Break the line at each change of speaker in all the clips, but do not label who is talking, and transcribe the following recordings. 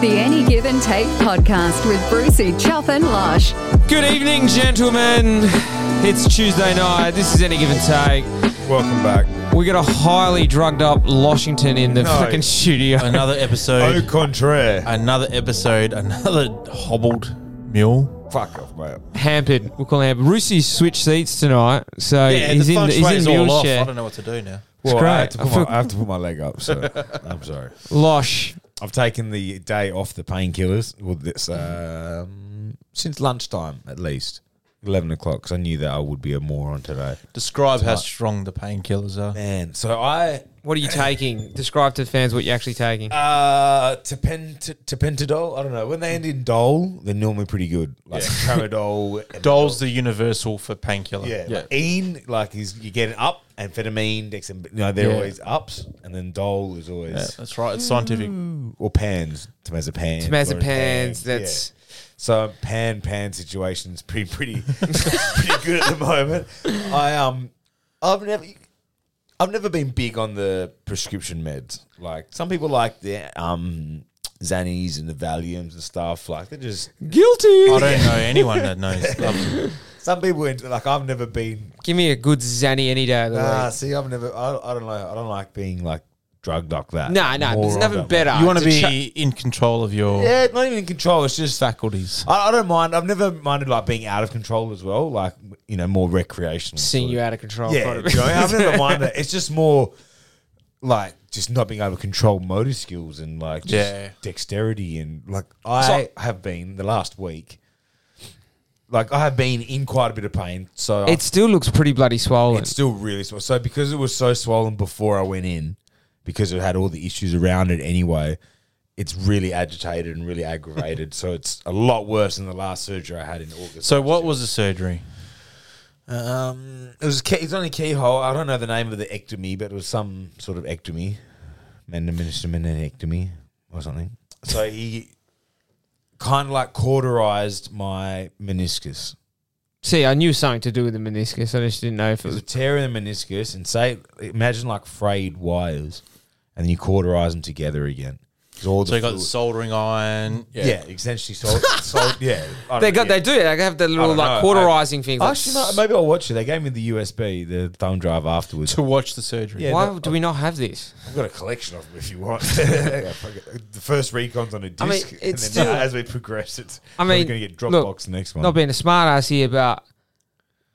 Give and Take podcast with Brucey, Chuff, and Lush.
Good evening, gentlemen. It's Tuesday night. This is any give and take.
Welcome back.
We got a highly drugged up Washington in the
No.
fucking studio.
Another
Au
episode.
contraire.
Another episode. Another hobbled mule.
Fuck off, mate.
Hampered. We'll call him hampered. Roosie's switched seats tonight, so
Yeah,
he's
the
in
feng
he's in
shui's all off. I
wheelchair.
don't know what to do now.
Well,
great.
I, have to
I
put
feel-
my, I have to put my leg up, so I'm sorry.
Losh.
I've taken the day off the painkillers well, this, um, since lunchtime, at least. 11 o'clock, because I knew that I would be a moron today.
Describe how strong the painkillers are.
Man, so I.
What are you taking? Describe to fans what you're actually taking.
Uh, Tapent- tapentadol. I don't know. When they end in dol, they're normally pretty good. Like Tramadol,
Dol's the universal for painkiller.
Yeah, Like Een, like is you get an up, amphetamine, dexam, you know, they're
Yeah.
always ups, and then Dole is always
Yeah, that's right. It's scientific.
or pans, temazepam,
Temazepams.
yeah.
That's
So pan pan situation's pretty pretty pretty good at the moment. I um I've never I've never been big on the prescription meds. Like some people like the um Xannies and the Valiums and stuff. Like they're just
guilty.
I don't know anyone that knows.
Ah,
Love-
some people into like I've never been
Give me a good zanny any day of the
Ah,
week.
see, I've never. I, I don't know. I don't like being like drugged like that.
No, no, there's
Moron
nothing
that
better.
you want to
It's a
be in control of your
way. Yeah, not even in control. It's just
faculties.
I, I don't mind. I've never minded like being out of control as well. Like you know, more recreational.
ch- seeing
sort
you
of-
out of control.
Yeah,
kind of-
you know, I've never minded. it. It's just more like just not being able to control motor skills and like just
Yeah.
dexterity and like I have been the last week. Like I have been in quite a bit of pain, so I
it still looks pretty bloody swollen.
It's still really swollen. So because it was so swollen before I went in, because it had all the issues around it anyway, it's really agitated and really aggravated. so it's a lot worse than the last surgery I had in August.
So what was the surgery?
um, it was key, it's only keyhole. I don't know the name of the ectomy, but it was some sort of ectomy, meninectomy or something. So he kind of like cauterized my meniscus.
See, I knew something to do with the meniscus. I just didn't know if it
There's a
was.
tear in the meniscus, and say, imagine like frayed wires, and then you cauterize them together again. 'Cause All
So you got
fluid-
soldering iron.
yeah. essentially sold, sold yeah. I don't
They
know,
got,
yeah.
they do. They have the little
don't
like
know.
cauterizing thing. like,
Actually, no, maybe I'll watch it. They gave me the USB, the thumb drive afterwards.
To watch the surgery.
Yeah.
Why
no,
do we not have this?
I've got a collection of them if you want. Yeah, fuck it. the first recon's on a disc,
I mean,
and then
it's still-
as we progress, it's
I mean,
going to get
look,
Dropbox next
Oh.
one.
Not being a smart ass here, but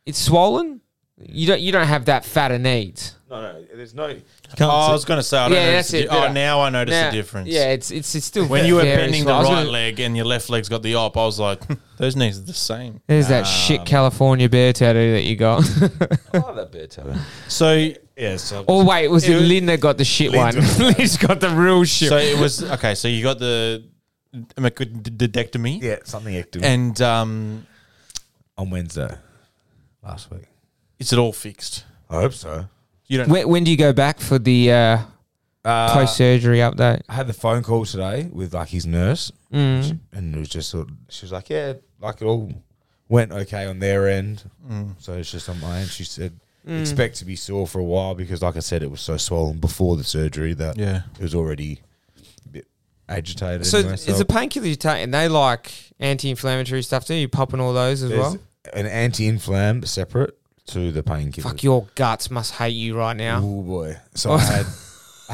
it's swollen. You don't you don't have that fatter needs.
no, no, there's no.
Oh, I was going to say. I don't
Yeah,
notice
that's
the
it,
di-
yeah.
Oh, now I notice
Now-
the difference.
Yeah, it's it's it's still
When you were
very
bending the
swollen. I was
right
gonna-
leg and your left leg's got the op, I was like, those knees are the same.
There's that shit California bear tattoo that you got.
Oh, that bear tattoo.
So,
Yeah, so
oh wait, it was
It
it
was-
Lynn that got the shit
Lynn's
one? Lynn's got the real shit.
so it was okay. So you got the amicodectomy,
yeah, something active
and um,
on Wednesday last week.
is it all fixed?
I hope so.
You don't.
when, when do you go back for the uh,
Uh,
post surgery update?
I had the phone call today with like his nurse,
Mm.
and it was just sort of, she was like, "Yeah, like it all went okay on their end." So it's just on my end. She said,
Mm.
"Expect to be sore for a while because, like I said, it was so swollen before the surgery that
Yeah.
it was already a bit agitated."
So
anyway,
it's a painkiller you take, and they like anti-inflammatory stuff too. You popping all those as
there's
well.
an anti-inflam separate to the painkiller.
Fuck your guts must hate you right now.
Oh boy! So I had, I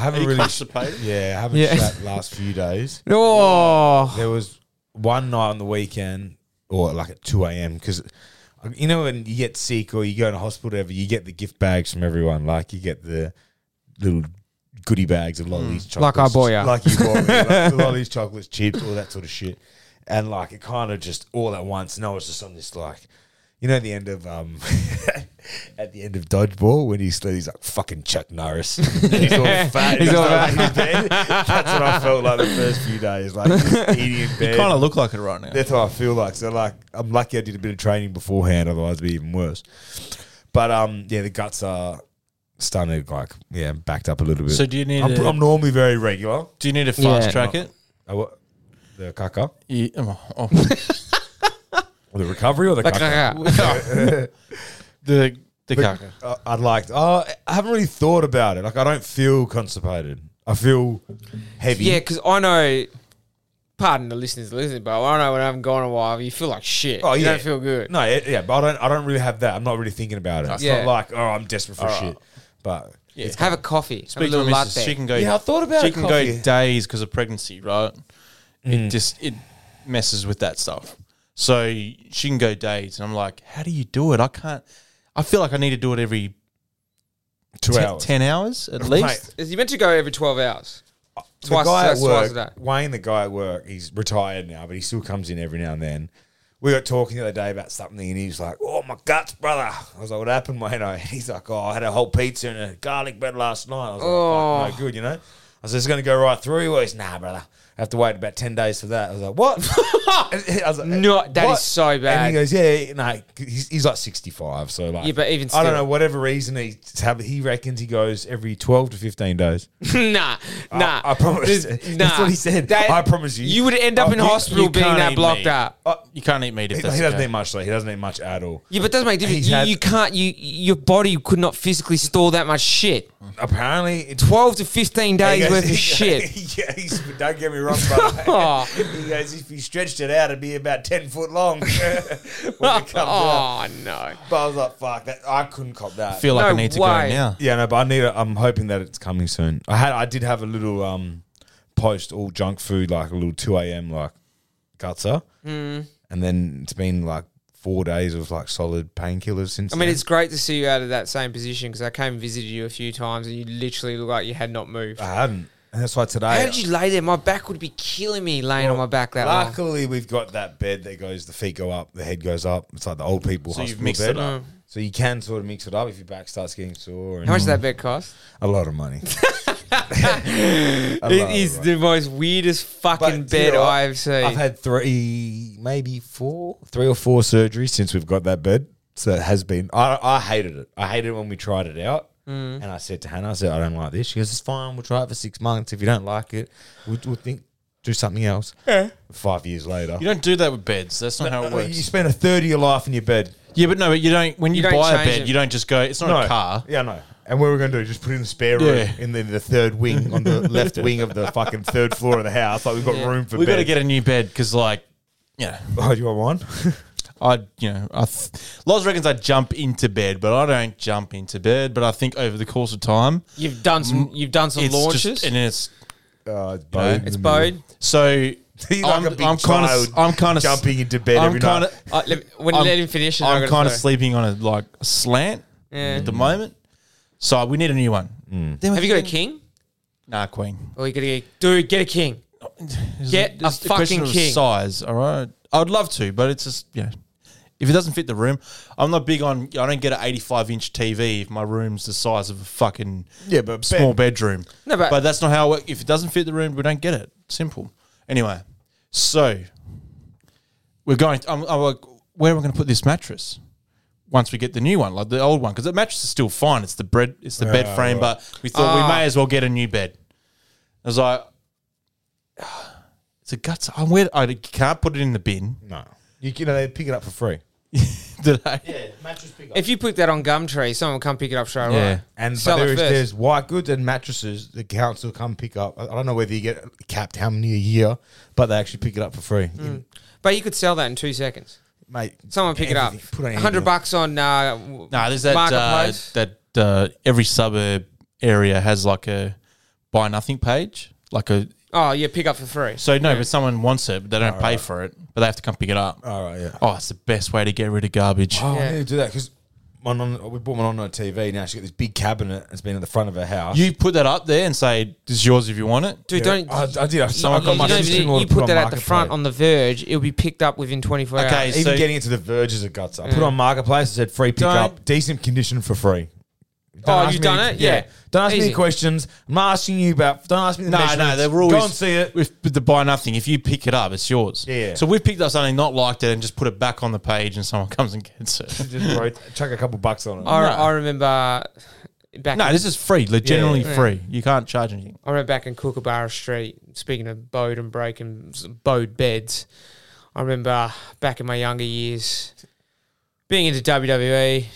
haven't really,
constipated?
yeah, I haven't
Yeah.
slept last few days.
Oh,
There was one night on the weekend, or like at two a.m. Because you know when you get sick or you go in a hospital, whatever, you get the gift bags from everyone. Like you get the little goodie bags of lollies,
Mm. Like
chocolates,
I bought ya.
like you bought me, like the lollies, chocolates, chips, all that sort of shit. And like it kind of just all at once. And I was just on this like. You know the end of um, at the end of dodgeball when he's he's like fucking Chuck Norris, he's all fat,
He's
he's
all
all
fat.
in bed. That's what I felt like the first few days, like just eating in bed.
Kind of look like it right now.
That's how I feel like. So like I'm lucky I did a bit of training beforehand, otherwise it'd be even worse. But um yeah, the guts are starting to like yeah, backed up a little bit.
So do you need
I'm,
a,
I'm normally very regular.
do you need to fast
Yeah.
track it?
I wa- the caca.
You, oh, oh.
Or the recovery or the caca.
the the caca.
Uh, I'd like oh I haven't really thought about it. Like I don't feel constipated. I feel heavy.
yeah, because I know pardon the listeners listening, but I know when I haven't gone a while, you feel like shit.
Oh,
You
yeah.
don't feel good.
No, it- yeah, but I don't. I don't really have that. I'm not really thinking about it. It's
Yeah.
not like oh, I'm desperate for shit. But
Yeah. Have a coffee.
Speak
have a
to
little
my missus,
latte.
She can go.
Yeah, I thought about
She
it,
can
coffee.
go days because of pregnancy, right? It
Mm.
just it messes with that stuff. So she can go days, and I'm like, how do you do it? I can't. I feel like I need to do it every
two
ten
hours.
10 hours at
Mate,
least.
Is you meant to go every twelve hours?
the
Twice-
guy at
twice- twice
work,
a day.
Wayne, the guy at work, he's retired now, but he still comes in every now and then. We got talking the other day about something, and he was like, "Oh my guts, brother!" I was like, "What happened, Wayne?" And he's like, "Oh, I had a whole pizza and a garlic bread last night." I was like,
Oh.
"Fuck, "No good, you know." I was just going to go right through. He was, "Nah, brother." I have to wait about ten days for that. I was like, "What?" I was like,
No, that is so
And
bad.
he goes, "Yeah, no." He's, he's like sixty-five, so like,
Yeah, but even
I
still.
don't know whatever reason he he reckons he goes every twelve to fifteen days.
nah, nah.
I promise.
Just-
That's what he said. I promise you.
You would end up
Oh,
in
you-
hospital
you
being
can't
that
eat
blocked
meat.
up.
Uh, You can't eat meat if
He,
that's
he doesn't
okay.
eat much though. He doesn't eat much at all.
Yeah, but it doesn't make a difference.
He's
You,
had-
you can't. You your body could not physically store that much shit.
Apparently, it's
Twelve to fifteen
Mm. He
days
goes-
worth of shit. Oh.
yeah, he's, don't get me wrong, brother. he goes, if he stretched it out, it'd be about ten foot long. when it comes
Oh
out.
no.
But I was like, fuck that. I couldn't cop that.
I feel like
No
I need to
way.
go now.
yeah, no, but I need. A, I'm hoping that it's coming soon. I had, I did have a little um post all junk food, like a little two a.m. like gutser,
Hmm.
and then it's been like four days of like solid painkillers since.
I mean,
then.
it's great to see you out of that same position because I came and visited you a few times and you literally looked like you had not moved.
I hadn't, and that's why today.
How did you lay there? My back would be killing me laying on my back that long.
Luckily, we've got that bed that goes. The feet go up, the head goes up. It's like the old people
So you've
hospital
mixed
bed.
it up.
So you can sort of mix it up if your back starts getting sore. And
How much did that bed cost?
A lot of money.
It is the most weirdest fucking bed I've seen.
I've had three, maybe four, three or four surgeries since we've got that bed. So it has been. I, I hated it. I hated it when we tried it out.
Mm.
And I said to Hannah, I said, I don't like this. She goes, it's fine. We'll try it for six months. If you don't like it, we'll, we'll think, do something else. Five years later.
You don't do that with beds. That's not how it
you
works.
spend a third of your life in your bed.
Yeah, but no, but you don't. When
You
you,
don't
buy a
change
bed,
it.
you don't just go. It's not a car.
Yeah, no. And what we're going to do is just put it in the spare room
Yeah.
in the, the third wing on the left wing of the fucking third floor of the house. Like we've got room for
We got to
bed.
get a new bed because, like, you know,
Oh, do you want one?
I, you know, I th- Loz reckons I jump into bed, but I don't jump into bed. But I think over the course of time,
you've done some. You've done some
it's
launches.
just, and it's
Uh, it's bowed.
it's bowed.
so.
He's like
I'm,
a big
I'm kind
child
of, I'm kind of
jumping into bed
I'm
every night.
kinda-
Uh, let me, when
I'm-
let him finish, and
I'm
I'm
kind of
sleep.
sleeping on a like slant
Yeah.
Mm.
at the moment, so we need a new one. Then we
Have you got a
can-
king?
Nah, queen.
Or you gotta get, dude, get a king.
It's
Get a
it's question
fucking
of
king.
Size, all right. I would love to, but it's just you know, if it doesn't fit the room, I'm not big on. I don't get an 85 inch TV if my room's the size of a fucking
Yeah, but
small bedroom.
No, but-
that's not how. It, works. if it doesn't fit the room, we don't get it. Simple. Anyway, so we're going. I'm, I'm like, where am I going to put this mattress? Once we get the new one, like the old one, because the mattress is still fine. It's the bread, it's the bed frame, but we thought
Ah.
we may as well get a new bed. I was like, it's a guts. I'm weird. I can't put it in the bin
No. You, you know, they pick it up for free.
today.
If you put that on Gumtree, someone will come pick it up straight
Yeah.
away.
And but
Sell
there
it
is,
first.
there's white goods and mattresses the council come pick up. I I don't know whether you get capped how many a year, but they actually pick it up for free. You-
But you could sell that in two seconds.
mate,
Someone pick
everything.
it up.
anything
hundred
on-
bucks on uh, no.
No, there's that uh,
marketplace.
that uh, every suburb area has like a buy nothing page, like a.
oh yeah, pick up for free.
So no, but someone wants it, but they
Oh,
don't pay for it, but they have to come pick it up.
All right, yeah.
Oh, it's the best way to get rid of garbage.
Oh,
Yeah.
I need to do that because my non, we bought my non on TV. Now she's got this big cabinet that's been at the front of her house.
You put that up there and say, "This is yours if you want it."
Dude,
Yeah,
don't.
I, I did. I,
you,
so I got
you
my
don't even-
sister-in-law
you
to
put
on
that at the
Marketplace.
front on the verge. It'll be picked up within 24
Okay,
hours.
so
Even getting it to the verge is a guts. I put it on marketplace. It said free
Don't-
pickup, decent condition for free.
Oh,
ask
you
me
done
any-
it? Yeah.
Don't ask me
Easy.
any questions. I'm not asking you about. Don't ask me. The
No, no,
measurements.
they're always
Go and see it.
with with the buy nothing. If you pick it up, it's yours.
Yeah, yeah.
So we've picked up something not liked it and just put it back on the page, and someone comes and gets it.
Just wrote, chuck a couple bucks on it.
I,
No.
I remember back.
no,
in,
this is free, legitimately
Yeah.
free. You can't charge anything.
I remember back in Kookaburra Street. Speaking of bowed and breaking s- bowed beds, I remember back in my younger years being into WWE,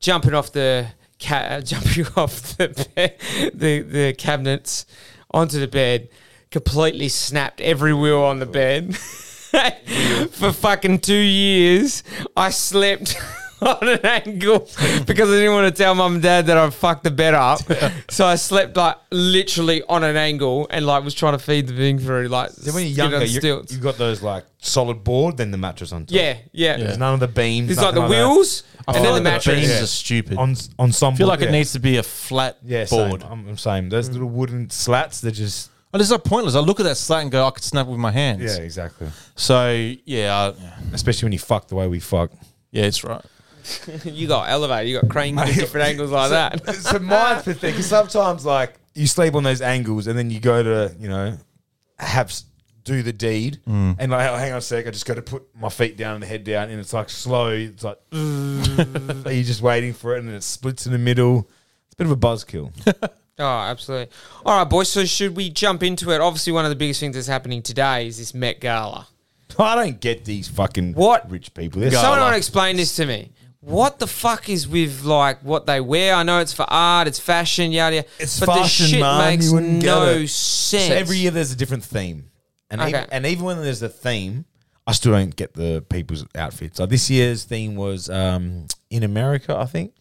jumping off the ca- jumping off the, bed, the the cabinets onto the bed. completely snapped every wheel on the bed. For fucking two years, I slept on an angle because I didn't want to tell mum and dad that I fucked the bed up. so I slept like literally on an angle and like was trying to feed the thing through like
Then when you're
skin on
younger, you
stilts.
you've got those like solid board, then the mattress on top.
yeah, yeah.
Yeah.
There's none of the beams.
There's like the
nothing that.
wheels
I
and
feel
then
like
the
the
mattress.
beams
Yeah.
are stupid.
On, on some
I feel like
board,
it
yeah.
needs to be a flat
yeah, same.
board.
I'm, I'm same. Those little wooden slats, they're just.
Well, it's not pointless. I look at that slat and go, I could snap it with my hands.
Yeah, exactly.
So yeah, I,
Especially when you fuck the way we fuck.
yeah, it's right.
You got elevator, you got cranes at different angles like that.
so mine's pathetic. 'cause Sometimes, like, you sleep on those angles and then you go to, you know, have s- do the deed. And, like, oh, hang on a sec. I just got to put my feet down and the head down. And it's like slow. It's like, you're just waiting for it. And then it splits in the middle. It's a bit of a buzzkill.
Oh, absolutely. All right, boys. So should we jump into it? Obviously, one of the biggest things that's happening today is this Met Gala.
I don't get these fucking
What?
rich people. They're
Someone
so-
ought to explain this to me. What the fuck is with like what they wear? I know it's for art, it's fashion, yada yada.
It's
but
fashion,
this shit
man,
makes
you wouldn't get
no
it.
sense.
So every year there's a different theme, and
Okay.
even, and even when there's a theme, I still don't get the people's outfits. Like this year's theme was um, in America, I think.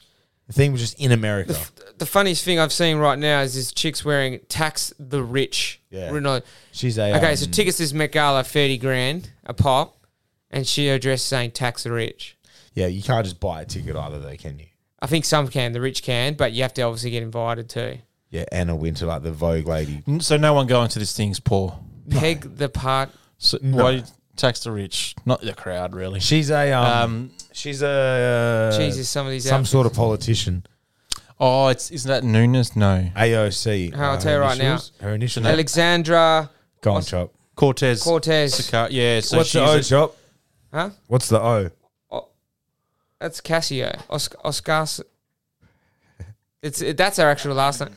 The theme was just in America.
the funniest thing I've seen right now is this chick's wearing "Tax the Rich."
Yeah.
Written on-
She's a
Okay,
um,
so tickets to this Met Gala thirty grand a pop, and she addressed saying "Tax the Rich."
yeah, you can't just buy a ticket either, though, can you?
I think some can, the rich can, but you have to obviously get invited too.
Yeah, Anna Winter, like the Vogue lady.
N- So no one going to this thing's poor.
Peg the part.
So
No.
why you tax the rich, not the crowd, really.
She's a um,
Um,
she's a uh,
Jesus, some of these.
some
outfits.
sort of politician.
oh, it's isn't that Nunes? No,
AOC.
I'll
uh,
tell you right now.
initials- her initials.
Alexandra
Go on,
What's-
chop.
Cortez.
Cortez.
Sica- yeah. So
What's the O,
she's a-
chop?
Huh?
What's the O?
That's Casio. Oscar. Oscar. It's it, that's our actual last name.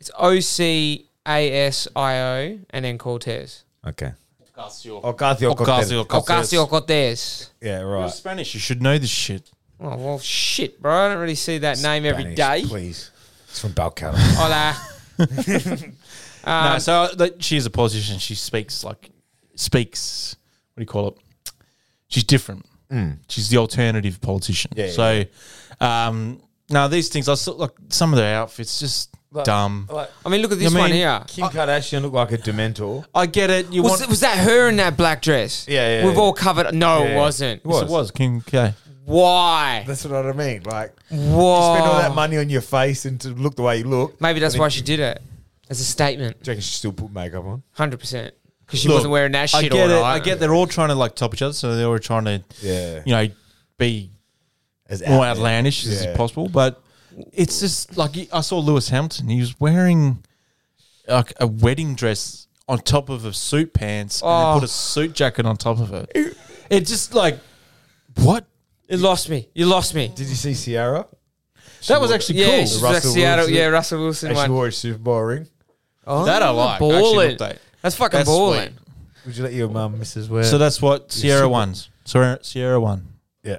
It's O C A S I O and then Cortez.
Okay. Ocasio.
Ocasio-Cortez.
Ocasio Cortez.
Yeah,
You're
right.
Spanish. You should know this shit.
Oh well, shit, bro. I don't really see that name every day.
Spanish, Please. It's from Balcata.
Hola.
Um,
no, so uh, like, she's a politician. She speaks like speaks. What do you call it? She's different. She's the alternative politician.
Yeah, yeah,
so, um, now these things, I saw, like some of their outfits, just dumb.
I mean, look at this
You
one
mean-
here. Oh,
Kim Kardashian looked like a Dementor.
I get it. You
Was,
want?
it- was that her in that black dress?
Yeah, yeah,
We've
yeah.
all covered. No,
Yeah.
it wasn't.
It was.
Yes, it was Kim K.
Why?
That's what I mean. Like,
Why?
spend all that money on your face and to look the way you look.
Maybe that's
And
why
then-
she did it. As a statement,
Do you reckon she still put makeup on?
hundred percent. Because she
Look,
wasn't wearing that shit
I get
all
it.
night.
I get they're all trying to like top each other, so they're all trying to,
Yeah.
you know, be
As
more
out there.
outlandish as
Yeah.
possible. But it's just like I saw Lewis Hamilton. He was wearing like a wedding dress on top of a suit pants, and
Oh.
then put a suit jacket on top of it. It just like what?
It lost me. You lost me.
Did you see Ciara?
that was actually
yeah,
cool.
she was
Russell
like Seattle.
Wilson.
Yeah, Russell Wilson
And she
one.
wore a Super Bowl ring.
Oh,
That I like. Actually,
Ballin'.
looked like-
That's fucking
That's
balling.
Would you let your mum, Mrs. Wear?
So that's what Sierra
super-
wants. Sierra, Sierra won.
yeah.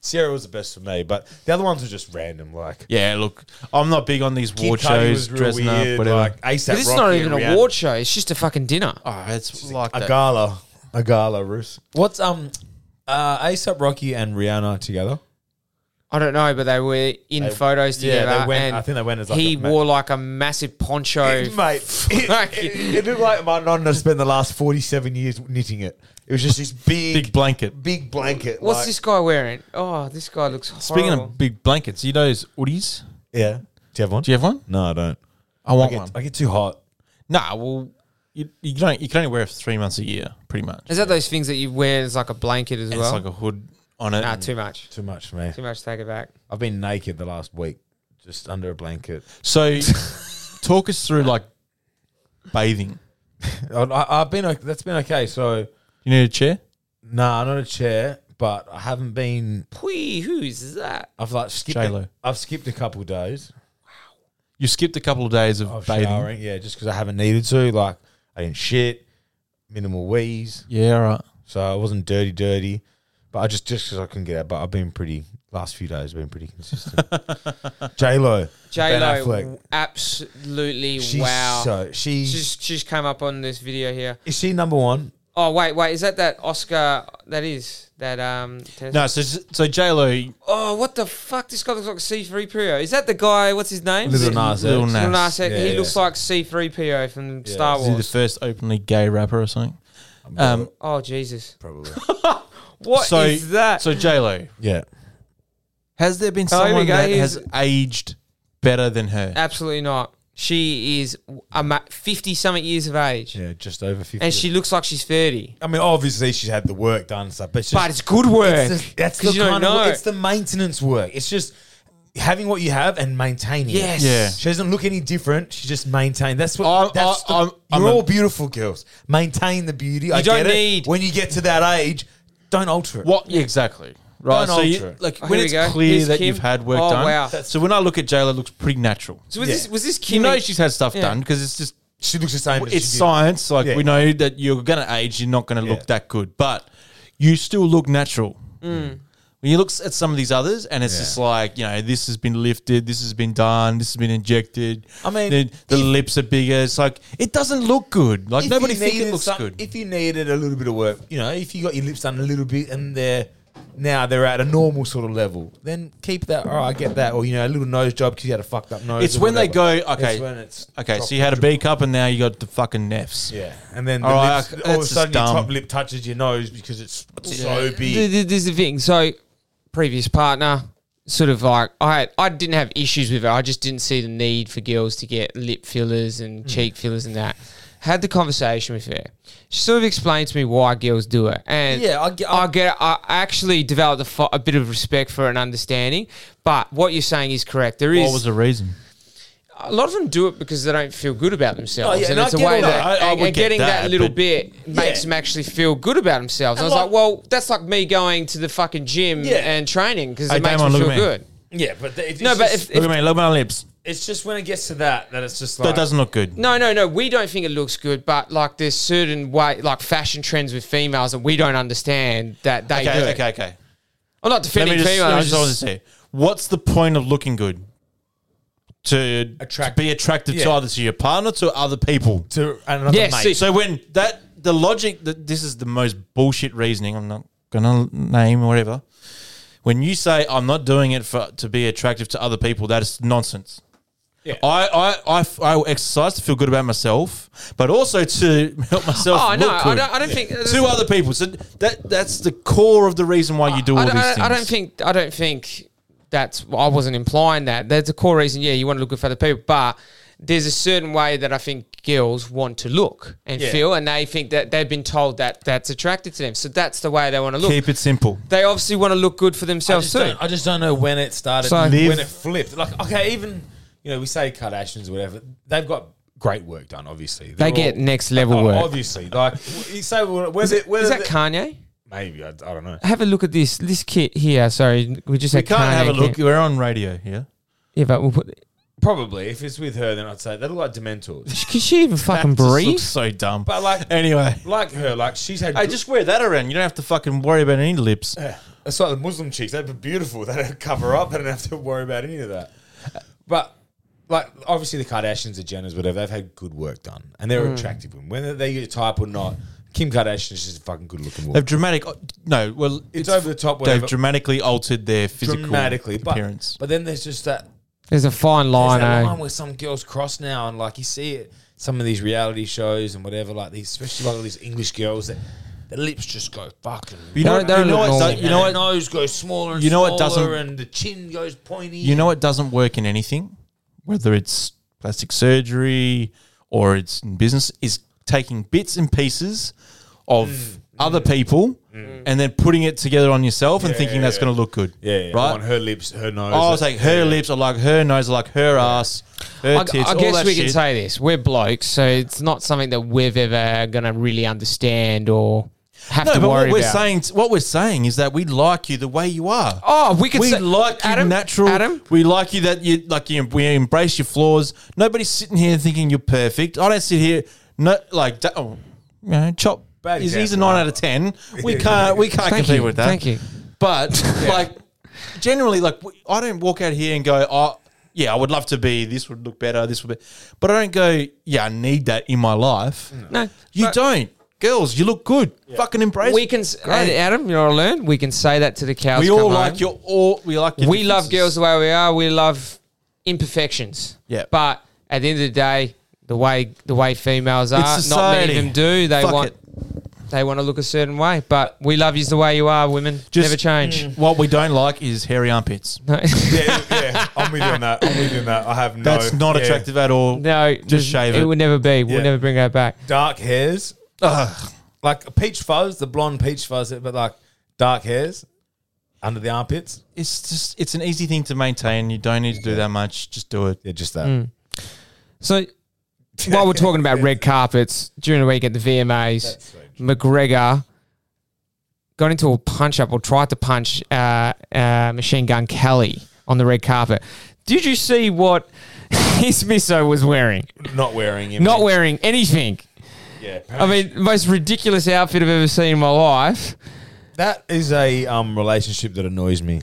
Ciara was the best for me, but the other ones were just random. Like,
Yeah, look, I'm not big on these award
Kid Cudi
shows, dressing up, whatever.
Like, ASAP
But it's not
Rocky
even
and
an
Rihanna.
award show. It's just a fucking dinner.
oh, it's like
A
that.
gala. A gala, Roos. What's um uh ASAP Rocky and Rihanna together?
I don't know, but they were in
They-
photos
yeah, they
together.
went-
and
I think they went as like
he
a ma-
wore like a massive poncho.
Mate, it,
Fuck
it-
you.
it looked like my nonna spent the last 47 years knitting it. It was just this big,
Big blanket.
big blanket.
What's
like-
this guy wearing? Oh, this guy looks. Horrible.
Speaking of big blankets, you know those hoodies?
Yeah. Do you have one?
Do you have one?
no, I don't.
I want
I get,
one.
I get too hot.
Nah, well, you, you don't. You can only wear it for three months a year, pretty much.
is that those things that you wear as like a blanket as
And
well?
It's like a hood on it.
nah,
and-
too much.
Too much for me.
Too much. Take it back.
I've been naked the last week, just under a blanket.
so, talk us through like bathing.
I, I, I've been, o- that's been okay. So,
You need a chair.
nah, not a chair, but I haven't been,
Pwee, who's that?
I've like skipped,
J-Lo.
a, I've skipped a couple days.
You skipped a couple of days
Oh,
of
of
bathing.
showering. Yeah, just because I haven't needed to. Like I didn't shit, minimal wheeze,
Yeah, all right.
so I wasn't dirty, dirty. But I just just because I couldn't get out. But I've been pretty last few days. have been pretty consistent. J Lo,
J Lo,
Affleck.
absolutely
she's
wow.
so she's
she's she's come up on this video here.
is she number one?
Oh wait, wait, is that that Oscar? That is that um. tennis-
No, so so J Lo,
Oh, what the fuck? This guy looks like C three PO. Is that the guy? What's his name?
Little
Is it-
Nas X.
Little
Little
Nas.
Nas X.
Yeah,
he
yeah.
looks like C three PO from
Yeah.
Star
Is he the
Wars.
first openly gay rapper or something? Um,
oh Jesus!
Probably.
What is
so,
that?
So J Lo,
yeah.
has there been
Oh, here we
someone
go,
that
here's-
has aged better than her?
Absolutely not. She is a fifty something years of age,
Yeah, just over fifty.
and she looks like she's thirty.
I mean, obviously she's had the work done, and stuff, but it's just,
But it's good work.
It's the- that's
'Cause
the
you don't
kind of
know.
it's the maintenance work. It's just having what you have and maintaining.
Yes.
it.
Yeah.
She doesn't look any different. She just maintained. That's what.
I'm-
that's
I-
the-
I'm- I'm
you're
a-
all beautiful girls. Maintain the beauty. I
don't
get it.
need-
when you get to that age. Don't alter it.
What yeah, exactly? Right.
Don't
so you-
alter it.
like
Oh, here
when
we
it's
go.
clear
Here's
that
Kim.
you've had work
Oh,
done.
wow.
So when I look at J Lo, it looks pretty natural.
So was
Yeah.
this was this Kimmy?
You know she's had stuff
Yeah.
done because it's just
She looks the same. as
it's
she did.
science. Like
Yeah.
we know that you're gonna age, you're not gonna
Yeah.
look that good, but you still look natural.
Mm.
When you look s- at some of these others, and it's
Yeah.
just like you know, this has been lifted, this has been done, this has been injected.
I mean,
the, the
if-
lips are bigger. It's like it doesn't look good. Like
If
nobody
you
thinks it
needed
looks
some-
good.
If you needed a little bit of work, you know, if you got your lips done a little bit and they're now they're at a normal sort of level, then keep that. All right, I get that. Or you know, a little nose job because you had a fucked up nose.
it's
or
when they go
whatever.
okay,
It's when it's
okay. So you had a B cup, and now you got the fucking nefs.
Yeah, and then the
All right,
lips,
that's
all of a
just
sudden
dumb.
your top lip touches your nose because it's so
Th-
big.
th- This is the thing. So, previous partner, sort of like I, I didn't have issues with her. I just didn't see the need for girls to get lip fillers
Hmm.
and cheek fillers and that. Had the conversation with her. She sort of explained to me why girls do it, and
Yeah, I
get,
get-
I, get, I actually developed a, fo- a bit of respect for it and understanding. But what you're saying is correct. There is
What was the reason?
a lot of them do it because they don't feel good about themselves,
Oh, yeah,
and
and I
it's a
get
way
all
that
that. I- I
and-
would
and
get
getting that,
that,
little
but-
bit makes
Yeah.
them actually feel good about themselves. I
And
was like,
like-
well, that's like me going to the fucking gym
Yeah.
and training because
Hey,
it makes
Damon,
me
look
feel
at me.
good.
Yeah, but th- it's
No, but
just-
if, if
look at me, look at my lips.
it's just when it gets to that that it's just like
That doesn't look good.
no, no, no, we don't think it looks good, but like there's certain way, like fashion trends with females that we don't understand that they do.
okay,
it.
okay, okay.
I'm not
Let
defending
me just, let me
females.
just, I
I'm
want to
just-
say, what's the point of looking good? To,
Attract-
to be attracted to
Yeah.
either to your partner to other people.
to another
Yes,
mate.
see-
So when that the logic that this is the most bullshit reasoning. I'm not gonna name or whatever. When you say I'm not doing it for to be attractive to other people, that is nonsense.
Yeah.
I, I, I, I will exercise to feel good about myself, but also to help myself
Oh,
look
no, I
good
don't, I don't think.
to other people. So that that's the core of the reason why you do
I
all
don't,
these
I
things.
don't- I don't think. I don't think that's. I wasn't implying that. That's a core reason. Yeah, you want to look good for other people, but there's a certain way that I think girls want to look and
Yeah.
feel, and they think that they've been told that that's attracted to them. So that's the way they want to look.
Keep it simple.
They obviously want to look good for
I
themselves
just,
too.
don't, I just don't know when it started,
So-
when
Live-
it flipped. Like, okay, even you know, we say Kardashians or whatever, they've got great work done. Obviously,
They
They're
get
all-
next level
Oh,
work.
Obviously, like you say, where's
Is,
it? Whether
that
the-
Kanye?
maybe I, I don't know.
Have a look at this this kit here. Sorry, we just
We
had
can't
Kanye
have a look.
kit.
We're on radio here.
Yeah, but we'll put.
Probably if it's with her, then I'd say they look like Dementors.
Can she even fucking
That just
breathe?
Looks so dumb.
But like,
anyway,
like her, like she's had.
I just wear that around. You don't have to fucking worry about any lips.
It's like the Muslim chicks. They'd be beautiful. They don't cover up. They don't have to worry about any of that. But like, obviously, the Kardashians, the Jenners, whatever, they've had good work done, and
Mm.
they're attractive women, whether they're your type or not. Kim Kardashian is just a fucking good-looking woman.
They've dramatic. uh, No, well,
It's over the top, whatever.
They've dramatically altered their physical
dramatically, but,
appearance.
but then there's just that,
There's a fine
there's
line.
that
eh?
line where some girls cross now, and like you see it, some of these reality shows and whatever, like these, especially like all these English girls that their lips just go fucking.
you know,
They don't-
you know
they don't
what?
look
do-
normal.
You know
and
what?
the nose goes smaller and
You know what
smaller
doesn't-
and the chin goes pointy.
You know what doesn't work in anything, whether it's plastic surgery or it's in business, is taking bits and pieces of
Mm.
other people and then putting it together on yourself and thinking that's going to look good.
Yeah, yeah.
right.
On her lips, her nose.
I
uh,
was like her lips, I like her nose, I like her ass, her
I,
tits.
I
all
guess
that
we
shit.
can say this: we're blokes, so it's not something that we've ever gonna really understand or have
No,
to
but
worry
what we're
about.
saying, what we're saying is that we like you the way you are.
oh, we could
we
say,
like you
Adam,
natural.
Adam.
We like you that you like you. We embrace your flaws. Nobody's sitting here thinking you're perfect. I don't sit here. No, like da- oh, you know, chop
Bad
he's, he's a
example.
nine out of ten. We can't we can't compete
you,
with that.
Thank you.
But like, generally, like w- I don't walk out here and go, oh yeah, I would love to be. This would look better. This would be, but I don't go. Yeah, I need that in my life.
No,
You
but
don't, girls. You look good. Fucking embrace.
We can, s- Ad- Adam. You're all learn. We can say that to the cows.
We all
come
like
home.
your all. We like. Your
we love girls
differences.
the way we are. We love imperfections.
Yeah.
But at the end of the day, the way the way females are, not many
society.
of them do. They
Fuck
want
it.
they want to look a certain way. But we love you the way you are, women.
Just- Mm.
Never change.
What we don't like is hairy armpits.
No,
Yeah, yeah, I'm with you on that. I'm with you on that. I have no.
That's not
yeah.
attractive at all.
no,
Just shave it.
It will never be. We'll
Yeah.
never bring that back.
Dark hairs,
Ugh.
like peach fuzz, the blonde peach fuzz, but like dark hairs under the armpits.
It's just it's an easy thing to maintain. You don't need to do that much. Just do it.
Yeah, just that.
So while we're talking about red carpets during the week at the VMAs, McGregor got into a punch up or tried to punch uh, uh, Machine Gun Kelly on the red carpet. Did you see what his misso was wearing?
Not wearing him.
Not wearing anything.
Yeah,
I mean, most ridiculous outfit I've ever seen in my life.
that is a um relationship that annoys me.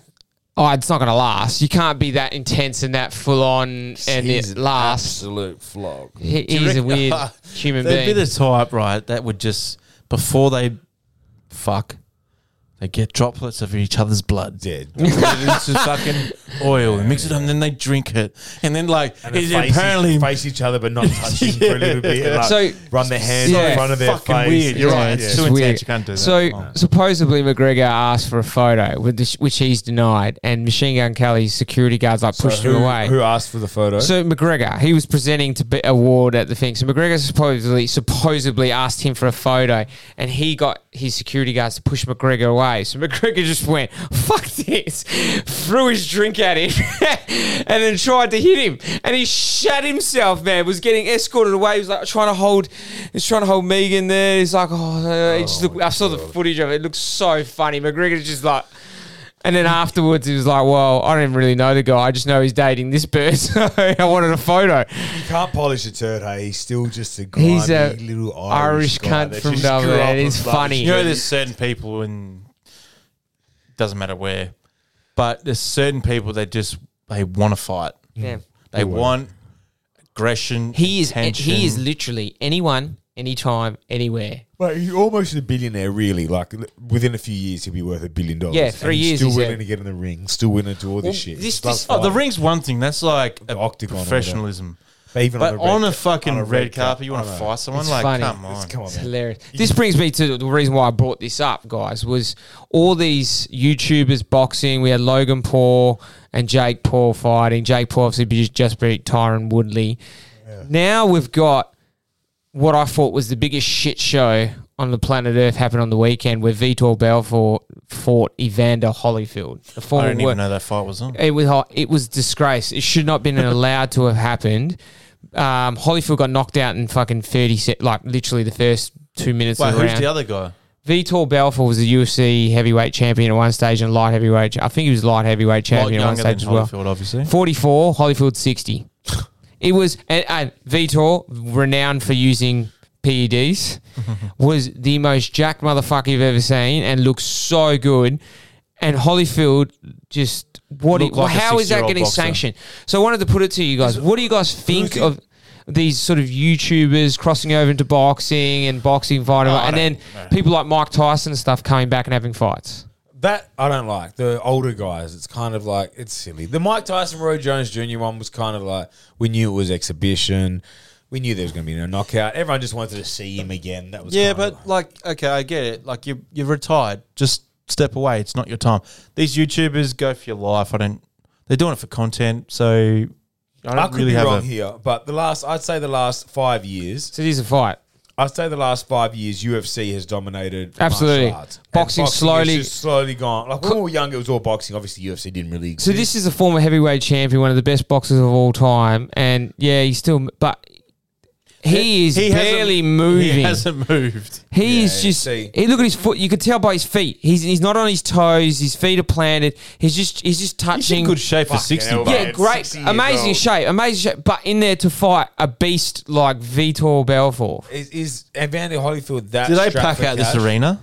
Oh, it's not going to last. You can't be that intense and that full on and
He's
it
an
lasts.
Absolute flog.
He, he's a weird human
There'd
being.
be the type, right? That would just before they fuck, they get droplets of each other's blood.
Dead.
Put it into fucking oil and mix it up, and then they drink it, and then like
And
it
face,
apparently
face each other but not touching for a little bit. and, Like,
So-
run their hands
so
in front of their
fucking
face.
weird. You're right.
it's
It's
just
too intense.
weird.
You can't do that.
So
Oh.
supposedly McGregor asked for a photo, with the- which he's denied, and Machine Gun Kelly's security guards like pushed
who,
him away.
Who asked for the photo?
so McGregor, he was presenting to be award at the thing. So McGregor supposedly supposedly asked him for a photo, and he got his security guards to push McGregor away. So McGregor just went fuck this, threw his drink at him, and then tried to hit him, and he shat himself. Man was getting escorted away. He was like trying to hold, he's trying to hold Megan there. He's like, oh, it just looked, I saw the footage of it. It looks so funny. McGregor's just like. And then afterwards, he was like, "Well, I don't even really know the guy. I just know he's dating this person. I wanted a photo."
you can't polish a turd, hey? He's still just a grimy
He's a
little
Irish
Irish, guy
cunt
that
from
just
down
grew
there.
up
It's
with blood.
funny.
You know, there's certain people, and doesn't matter where, but there's certain people that just they want to fight.
Yeah,
They want aggression.
he is.
Tension.
He is literally anyone, anytime, anywhere.
But he's almost a billionaire, really. Like l- within a few years, he'll be worth a billion dollars.
Yeah,
And
three
he's
years,
Still
he said.
willing to get in the ring. Still willing to do all this
Well,
shit.
this-
Just love
this-
Oh, the
fighting.
ring's one thing. That's like
The
a
octagon or whatever.
professionalism.
even
But
the
on a
red-
fucking
on a
red, carpet, you want
I
to
know.
fight someone?
It's
like,
funny.
come on.
Come on,
It's
man.
hilarious. This brings me to the reason why I brought this up, guys. Was all these YouTubers boxing? We had Logan Paul and Jake Paul fighting. Jake Paul obviously just- just beat Tyron Woodley. Now we've got what I thought was the biggest shit show on the planet Earth happened on the weekend, where Vitor Belfort fought Evander Holyfield, the
I
former
didn't
wor-
even know that fight was on.
it was ho- it was disgrace. It should not have been allowed to have happened. Um, Holyfield got knocked out in fucking thirty set, like literally the first two minutes
Wait,
of the
who's
round.
the other guy?
Vitor Belfort was the UFC heavyweight champion at one stage and light heavyweight. cha- I think he was light heavyweight
Lot
champion at one
younger than
stage as well.
Holyfield, obviously.
Forty-four, Holyfield sixty. It was and, and Vitor, renowned for using PEDs, was the most jacked motherfucker you've ever seen, and looked so good. And Holyfield just what?
Looked
well,
like a
how is that
60-year-old
getting
boxer.
sanctioned? So I wanted to put it to you guys. What do you guys think
he-
of? These sort of YouTubers crossing over into boxing and boxing fighting,
Oh, I
and then
don't-
people like Mike Tyson and stuff coming back and having fights.
That I don't like. The older guys, it's kind of like it's silly. The Mike Tyson Roy Jones Jr. one was kind of like we knew it was exhibition. We knew there was going to be no knockout. Everyone just wanted to see him again. That was
Yeah,
kind of
but like, okay, I get it. Like, you you're retired. Just step away. It's not your time. These YouTubers go for your life. I don't. They're doing it for content. So I don't
I could
really
be
have
wrong
a.
here, but the last I'd say the last five years,
So it is a fight.
I'd say the last five years, UFC has dominated
Absolutely.
martial arts. And
Boxing
has
slowly-
just slowly gone. Like when we were younger, it was all boxing. Obviously, UFC didn't really.
So
exist.
this is a former heavyweight champion, one of the best boxers of all time, and yeah, he's still. But He is
He hasn't-
barely moving.
He hasn't moved.
He
Yeah,
is
you
just.
see.
He, look at his foot. You could tell by his feet. He's he's not on his toes. His feet are planted. He's just he's just
He's
touching.
in good shape for
Fucking
60.
hell,
bucks.
yeah,
at
great,
60 years
amazing
old.
shape, amazing shape. But in there to fight a beast like Vitor Belfort.
Is, is Evander Holyfield that?
Did they
strapped
pack
for
out this
cash?
arena?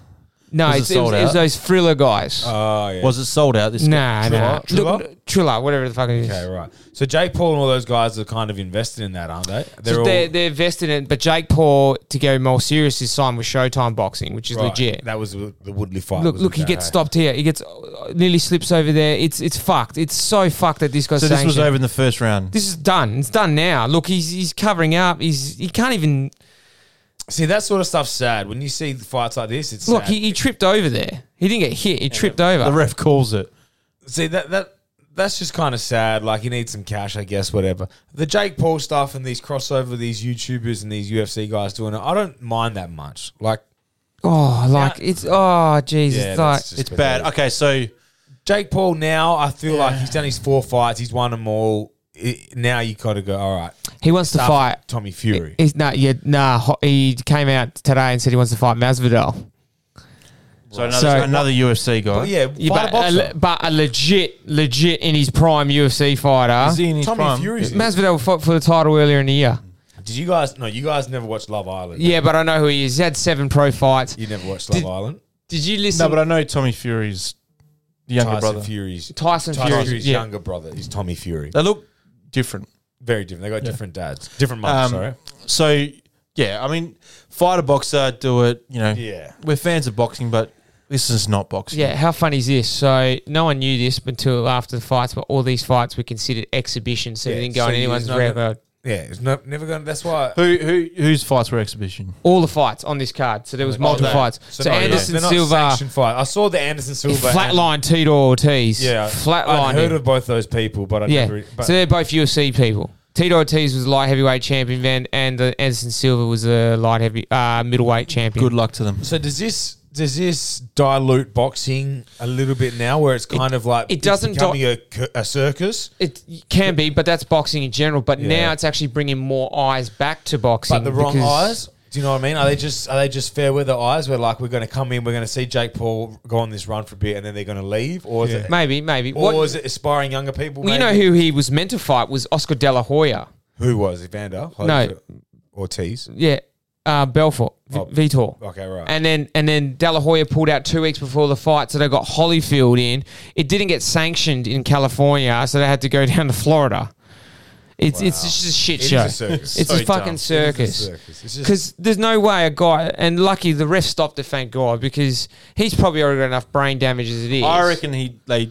No,
Was it
it's, it, was,
sold
it was
out?
those thriller guys.
Oh yeah.
Was it sold out? This
nah, nah.
Triller?
Look, Triller, whatever the fuck it is.
okay, right. So Jake Paul and all those guys are kind of invested in that, aren't they?
They're,
They're all
they're, vested in, but Jake Paul to go more serious is signed with Showtime Boxing, which is
right.
legit.
That was the Woodley fight.
Look,
was
look,
with
he
Jake.
gets stopped here. He gets uh, nearly slips over there. It's it's fucked. It's so fucked that this guy's
So this was
sanctioned.
over in the first round.
This is done. It's done now. Look, he's he's covering up. He's he can't even
See, that sort of stuff's sad. When you see fights like this, it's
look.
sad.
He, he tripped over there. He didn't get hit. He tripped over.
The ref calls it.
See that that that's just kind of sad. Like you need some cash, I guess. Whatever. The Jake Paul stuff and these crossover, these YouTubers and these UFC guys doing it, I don't mind that much. Like,
oh, like it's oh Jesus,
yeah,
like
that's just
It's bad.
pathetic.
Okay, so
Jake Paul now, I feel like he's done his four fights. He's won them all. It- now you got to go. All right,
he wants to
tough
fight.
Tommy Fury.
He's not yeah nah. ho- He came out today and said he wants to fight Masvidal.
so another,
So-
another UFC guy.
But yeah,
Yeah,
fight
but,
a
a,
boxer.
le- but a legit legit in his prime UFC fighter.
Is he in his
Tommy
prime?
Fury's in it.
Masvidal fought for the title earlier in the year.
Did you guys? No, you guys never watched Love Island.
Yeah, but I know who he is. He's had seven pro fights.
You never watched Love
Did-
Island.
Did you listen?
No, but I know Tommy Fury's the younger
Tyson
brother.
Fury's
Tyson,
Tyson
Fury.
Fury's
Yeah.
younger brother is Tommy Fury.
They look different.
Very different. They got different dads, different
Um,
mums. sorry.
So yeah, I mean, fight a boxer, do it. You know,
Yeah.
we're fans of boxing, but this is not boxing.
Yeah, how funny is this? So no one knew this until after the fights, but all these fights were considered exhibitions, so
Yeah,
they didn't go
so
on
you
anyone's
just know that-
record.
Yeah, it's no, never going. to That's why.
Who who whose fights were exhibition?
All the fights on this card, so there was multiple
they-
fights. So,
Oh, no,
Anderson
they're not
Silva,
sanctioned fight. I saw the Anderson Silva
flatline Tito Ortiz,
and- yeah, I
flatline.
heard
him.
of both those people, but I
yeah,
never. But
so they're both UFC people. Tito Ortiz was light heavyweight champion, then, and uh, Anderson Silva was a light heavy uh, middleweight champion.
Good luck to them.
So does this does this dilute boxing a little bit now, where it's kind of like
it
it's
doesn't
becoming a, cir- a circus?
It can be, but that's boxing in general. But
Yeah.
now it's actually bringing more eyes back to boxing.
But the wrong
because-
eyes. Do you know what I mean? Are they just are they just fair weather eyes? Where like we're going to come in, we're going to see Jake Paul go on this run for a bit, and then they're going to leave, or is it,
Maybe, maybe.
or
What-
is it aspiring younger people?
Well, you know
maybe?
who he was meant to fight was Oscar De La Hoya.
who was Evander?
No.
Ortiz.
Yeah, uh, Belfort, v-
Oh,
Vitor.
Okay, right.
And then and then De La Hoya pulled out two weeks before the fight, so they got Holyfield in. It didn't get sanctioned in California, so they had to go down to Florida. It's it's just a shit
It is
show.
a circus.
It's
So
a
dumb. It
fucking
is a
circus.
circus. It's just-
Because there's no way a guy and lucky the ref stopped it, thank God, because he's probably already got enough brain damage as it is.
I reckon he they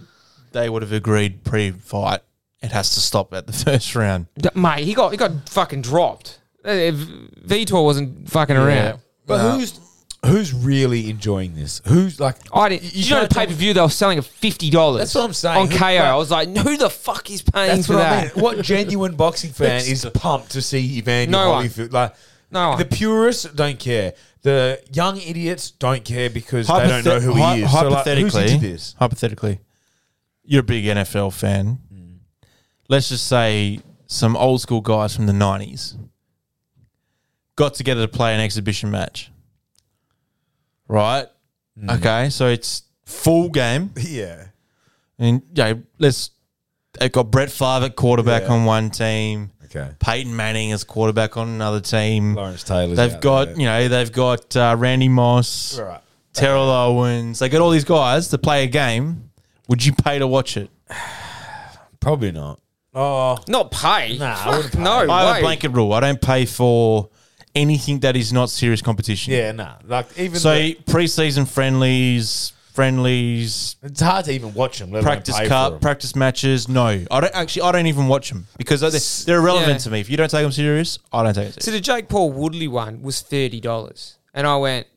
they would have agreed pre-fight. It has to stop at the first round.
D- mate, he got he got fucking dropped. Uh, V- Vitor wasn't fucking around.
But who's who's really enjoying this? Who's like
I didn't. You, know,
can't
the
tell
pay per view they were selling at fifty dollars.
That's what I'm saying.
On
Who-
KO, I was like, who the fuck is paying
That's
for
what I
that?
mean. What genuine boxing fan is pumped to see Evander
No one.
Holyfield? Like,
No one.
the purists don't care. The young idiots don't care because they don't know who
Hypothet-
he is.
hy-
So, like, who's
Hypothetically,
into this?
hypothetically, you're a big NFL fan.
Mm.
Let's just say some old school guys from the '90s got together to play an exhibition match. Right?
Mm.
Okay, so it's full game,
Yeah,
and yeah, let's. It got Brett Favre at quarterback
Yeah.
on one team.
Okay.
Peyton Manning as quarterback on another team.
Lawrence Taylor.
They've got you know they've got uh, Randy Moss,
Right.
Terrell Owens. They got all these guys to play a game. Would you pay to watch it?
probably not. Oh,
Not pay.
Nah, I
Fuck
wouldn't pay.
no
I have
way.
a blanket rule. I don't pay for anything that is not serious competition.
yeah, nah. Like even
So
the-
preseason friendlies, friendlies,
it's hard to even watch them. Let alone
practice
pay for
cup,
'em.
practice matches. No, I don't actually. I don't even watch them because they're, they're irrelevant
Yeah.
to me. If you don't take them serious, I don't take it. Serious.
So the Jake Paul Woodley one was thirty dollars, and I went,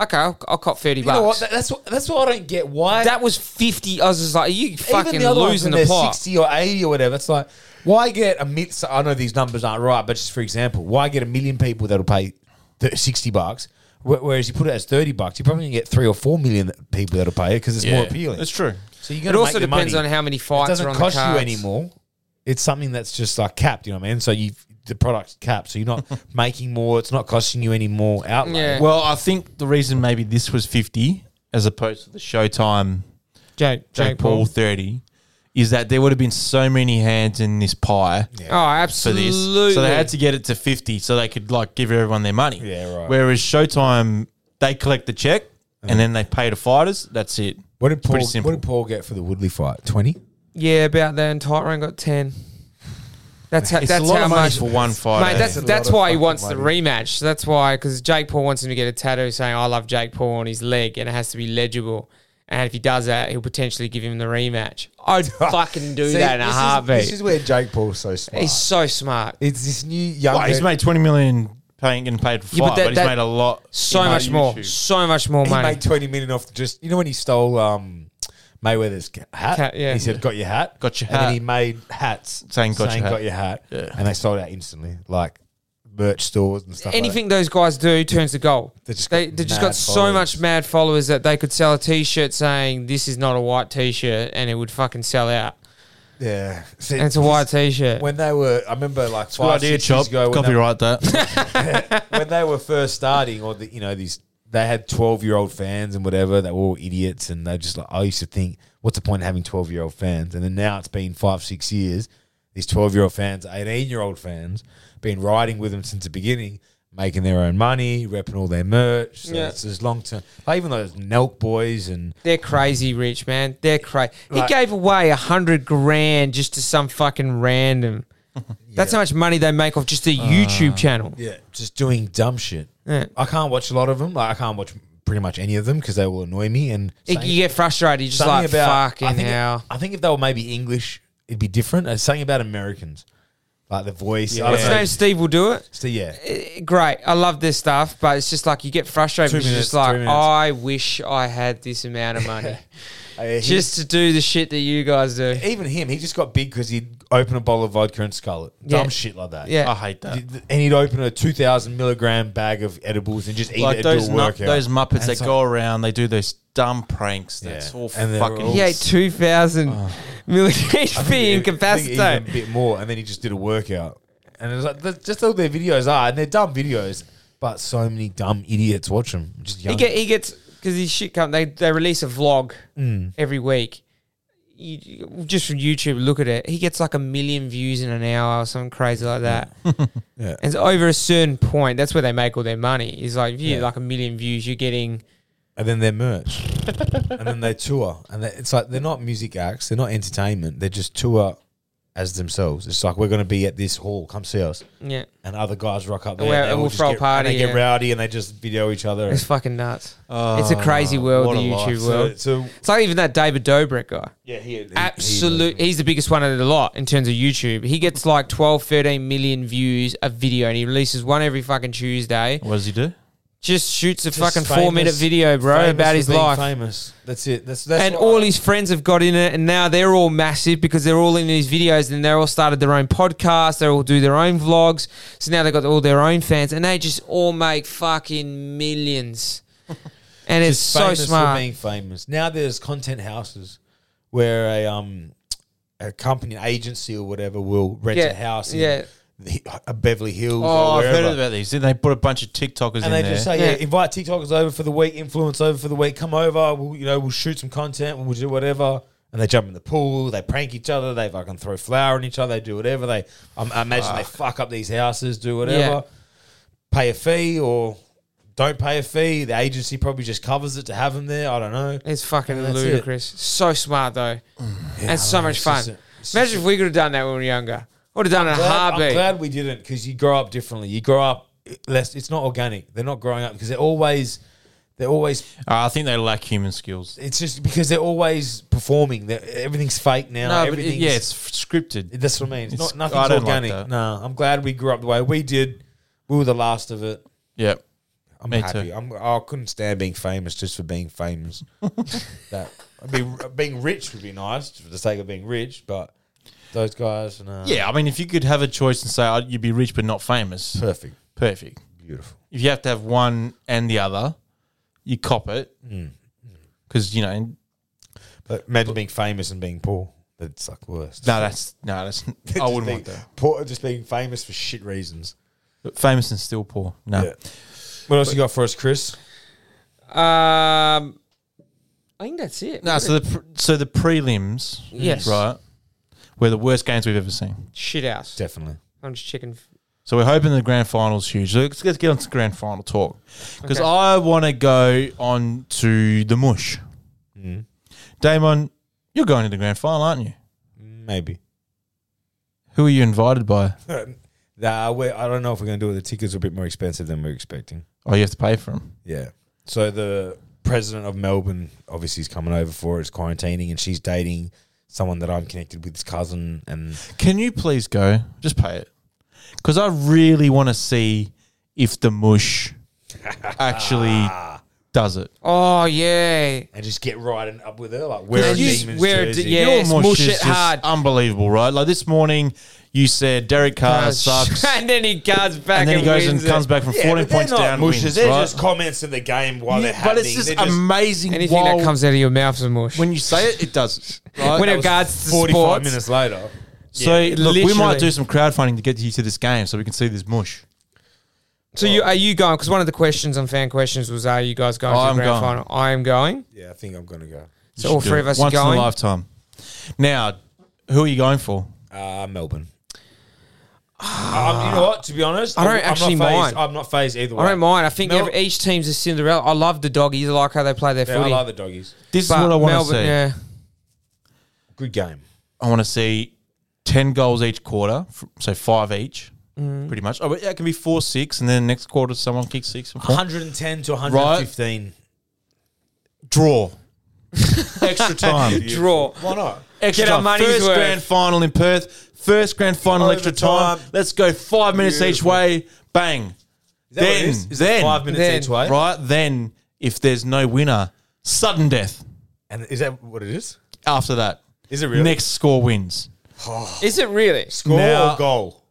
okay, I'll, I'll cop thirty
you know what?
bucks.
That- That's what. That's what I don't get. Why
that was fifty. I was just like, you fucking
even the other ones
losing
when
the
they're
plot.
60 or 80 or whatever. It's like, why get a mid? so I know these numbers aren't right, but just for example, why get a million people that'll pay th- 60 bucks? wh- Whereas you put it as 30 bucks, you're probably going to get three or four million people that'll pay it because it's more appealing.
That's true.
So you're
It
gonna
also
make the
depends
money.
on how many
It
fights
doesn't
are on
cost
the cards.
you anymore. It's something that's just like capped, you know what I mean? So you the product cap, so you're not making more. It's not costing you any more outlay.
Yeah.
Well, I think the reason maybe this was 50 as opposed to the Showtime
Jake, Jake,
Jake Paul 30 is that there would have been so many hands in this pie
Oh,
for
absolutely.
this. So they had to get it to 50 so they could like give everyone their money.
Yeah, right.
Whereas Showtime, they collect the check and then they pay to fighters. That's it.
What did
It's
Paul?
pretty
What
simple.
did Paul get for the Woodley fight? Twenty.
Yeah, about then. Tyron got ten. That's how,
It's
that's
a lot
how
of money
much.
for one fighter.
Mate, that's
It's a
that's
lot of
why he
fucking
wants the
money.
rematch. So That's why because Jake Paul wants him to get a tattoo saying "I love Jake Paul" on his leg, and it has to be legible. And if he does that, he'll potentially give him the rematch. I'd fucking do
See,
that in a
this is-
heartbeat.
this is where Jake Paul's so smart.
He's so smart.
it's this new young.
Well, he's
man-
made 20 million paying getting paid for fight,
Yeah, but
but,
that-
he's
that-
made a lot.
So
in
much more.
YouTube.
So much more
he
money.
made twenty million off just you know when he stole um, Mayweather's ca- hat.
Cat, yeah.
He said, "Got your hat,
Got your
and
hat.
And then he made hats
Saying, "Got your hat."
got your hat,"
Yeah.
and they sold out instantly, like merch stores and stuff. like that.
Anything those guys do turns to gold.
They just
they
got
they just
mad
got so
followers.
much mad followers that they could sell a T-shirt saying "This is not a white T-shirt" and it would fucking sell out.
Yeah, See,
And it's a
this-
white T-shirt.
When they were, I remember like
Good
five,
idea,
six
Chop.
years ago when they,
Copyright that.
when they were first starting, or the, you know these, they had twelve-year-old fans and whatever. They were all idiots, and they just like I used to think, what's the point of having twelve-year-old fans? And then now it's been five, six years. These twelve-year-old fans, eighteen-year-old fans, been riding with them since the beginning, making their own money, repping all their merch. So
Yeah.
it's this long-term. Like even those Nelk boys and
They're crazy rich, man. They're crazy.
Like-
he gave away a hundred grand just to some fucking random. That's how much money they make off just a YouTube channel.
Uh, Yeah, just doing dumb shit.
Yeah.
I can't watch a lot of them. Like I can't watch pretty much any of them because they will annoy me. And
It-
something-
you get frustrated. You're just
something
like,
I
fucking
think,
hell.
I think if they were maybe English, it'd be different. It's something about Americans, like the voice. I
What's
don't
his
know.
name? Steve will do it.
So yeah,
Eh, Great. I love this stuff, but it's just like you get frustrated
Two
because you're just
minutes, three
like,
minutes.
I wish I had this amount of money
Uh, he-
just to do the shit that you guys do.
even him, he just got big because he'd open a bottle of vodka and scull it.
Yeah.
Dumb shit like that.
Yeah.
I hate that.
And he'd open a two thousand milligram bag of edibles and just eat
like
it
those
do a
nu-
workout.
those Muppets
And
that
it's like-
go around, they do those dumb pranks.
Yeah.
That's all
And they're
fucking.
all-
He ate 2,000 milligrade
Oh. I think
fee
even- I
incapacitated.
think even a bit more, and then he just did a workout. And it was like that's just all their videos are, and they're dumb videos, but so many dumb idiots watch them. Just young.
He, get, he gets because his shit come. They they release a vlog
Mm.
every week. You- You, just from YouTube, look at it. He gets like a million views in an hour or something crazy like that.
Yeah.
And so over a certain point, that's where they make all their money. Is like if you get
Yeah.
like a million views, you're getting
and then their merch, and then they tour, and they, it's like they're not music acts, they're not entertainment, they're just tour as themselves. It's like we're going to be at this hall, come see us,
yeah.
and other guys rock
And
up there,
we're-
they
and
all
we'll
just
throw a
get-
party,
and they
yeah.
get rowdy, and they just video each other.
It's
It's
fucking nuts.
Oh,
it's a crazy world, the YouTube
so,
world.
so
It's like even that David Dobrik guy.
yeah, he, he-
Absolute. He's the biggest one of the lot in terms of YouTube. He gets like 12, 13 million views a video, and he releases one every fucking Tuesday.
What does he do?
just shoots a
Just
fucking
famous-
four minute video, bro,
famous
about
for
his
being
life.
Famous. That's it. That's that's
And
why-
all his friends have got in it, and now they're all massive because they're all in these videos, and they're all started their own podcasts, they all do their own vlogs. So now they've got all their own fans, and they just all make fucking millions. And it's
Just
so
famous For
smart.
being famous. Now there's content houses where a um a company, an agency or whatever will rent
Yeah,
a house
yeah.
in the- a Beverly Hills
Oh, I've
or wherever.
heard about these. They put a bunch of TikTokers in
and they
there.
just say, yeah.
Yeah.
invite TikTokers over for the week, influence over for the week, come over, we'll, you know, we'll shoot some content, we'll do whatever. And they jump in the pool, they prank each other, they fucking throw flour on each other, they do whatever. They, um, I imagine
Ah.
they fuck up these houses, do whatever, pay a fee or don't pay a fee. The agency probably just covers it to have them there. I don't know.
It's fucking
And that's it. Mm,
ludicrous. So smart, though. and so
I know,
much
it's
fun.
just a- it's
Imagine if we could have done that when we were younger. Would have done it in a
Glad- I'm
heartbeat.
glad we didn't because you grow up differently. You grow up less. It's not organic. They're not growing up because they're always, they're always
Uh, I think they lack human skills.
It's just because they're always performing. They're, everything's fake now.
No, but it-
everything's,
Yeah, it's f- scripted.
that's what I mean. It's,
It's-
not nothing's
I don't like
organic.
that.
no, I'm glad we grew up the way we did. We were the last of it.
Yeah.
I'm
Me
happy.
too.
I'm, I couldn't stand being famous just for being famous. that I mean, being rich would be nice for the sake of being rich, but those guys, no,
Yeah, I mean, if you could have a choice and say oh, you'd be rich but not famous,
perfect,
perfect.
beautiful.
If you have to have one and the other, you
Mm.
cop it. Because, you know,
But imagine being famous and being poor. That's like worst.
No, that's no, that's I
Just
wouldn't
being
want that.
Poor, just being famous for shit reasons.
But famous and still poor. No.
Yeah. What else you got for us, Chris?
Um, I think that's it.
No, so the pr- so the prelims,
Yes.
right, were the worst games we've ever seen.
Shit house.
Definitely.
I'm just checking.
So we're hoping the grand final's huge. Let's, let's get on to grand final talk because
Okay.
I want to go on to the mush. Damon, you're going to the grand final, aren't you?
Maybe.
Who are you invited by?
Nah, we I don't know if we're going to do it. The tickets are a bit more expensive than we are expecting.
Oh, you have to pay for them.
Yeah. So the president of Melbourne obviously is coming over for it. It's quarantining, and she's dating someone that I'm connected with, his cousin. And
Can you please go? Just pay it because I really want to see if the mush actually does it.
Oh yeah.
and just get right and up with her, like wear a
you-
demons
wear a
jersey.
de- yeah. Yes,
Your
mush
is
it
just
hard.
Unbelievable, right? Like this morning, you said Derek Carr sucks,
and then he goes back and,
and then he goes and
wins it.
comes back from
Yeah,
14
but they're
points
not
down.
Mushes.
wins,
they're
right?
just comments in the game while they're
Yeah, but
happening.
it's just
They're just-
amazing.
Anything
while-
that comes out of your mouth's a mush.
when you say it, it does. it, Right?
When it
was
regards to
45
sports.
minutes later.
so
Yeah,
look, we might
literally.
do some crowdfunding to get you to this game, so we can see this mush.
so you are you going? Because one of the questions on fan questions was, "Are you guys going
I'm
to the grand
going.
final?" I am going.
Yeah, I think I'm going to go.
So all
Should do
three
it.
of us
once
are
in
going.
a lifetime. Now, who are you going for?
Uh, Melbourne. um, you know what? To be honest,
Ah. I don't
I'm- I'm not
actually
phased.
mind.
I'm not phased either way.
I don't mind. I think
Mel-
every- each team's a Cinderella. I love the doggies. I like how they play their
Yeah, I
footy.
like the doggies.
This
But
is what I want to
Melbourne,
see.
Yeah.
Good game.
I want to see 10 goals each quarter, f- so five each,
Mm.
pretty much. Oh, but that can be four, six, and then next quarter someone kicks six. and four.
110 to 115.
Draw. Extra time.
Draw.
Why not?
Extra
Get our
time.
money's
First
worth.
grand final in Perth. First grand final, extra time.
Overtime.
Let's go five minutes each
Beautiful.
way. Bang.
Is that what it
Then-
is? Is it
then-
five minutes
then,
each way?
Right? Then, if there's no winner, sudden death
And is that what it is?
after that.
Is it really?
Next score wins.
Is it really?
Score
Now-
or goal?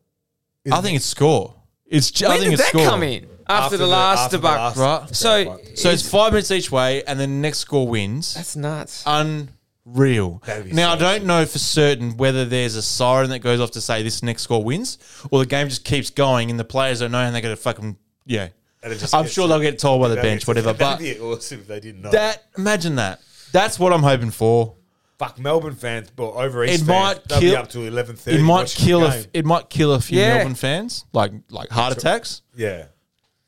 I think it's score. It's ju- I
When
think
did
it's
that
score.
come in after, the last
after the
debacle?
last-
right?
So,
So it's five minutes each way, and then next score wins.
that's nuts.
unreal.
That'd be
Now I
so
don't know for certain whether there's a siren that goes off to say this next score wins, or the game just keeps going and the players don't know and they get a fucking yeah.
And it just
I'm
gets-
sure they'll get told by the
That'd
bench,
be-
whatever.
that'd
But
be awesome if they didn't know.
that imagine that. That's what I'm hoping for.
Fuck Melbourne fans, but over East
It
fans,
might
they'll be
kill-
up to 11:30.
It might
watching the
kill a
game.
f- it might kill a few
Yeah.
Melbourne fans, like like heart attacks.
yeah.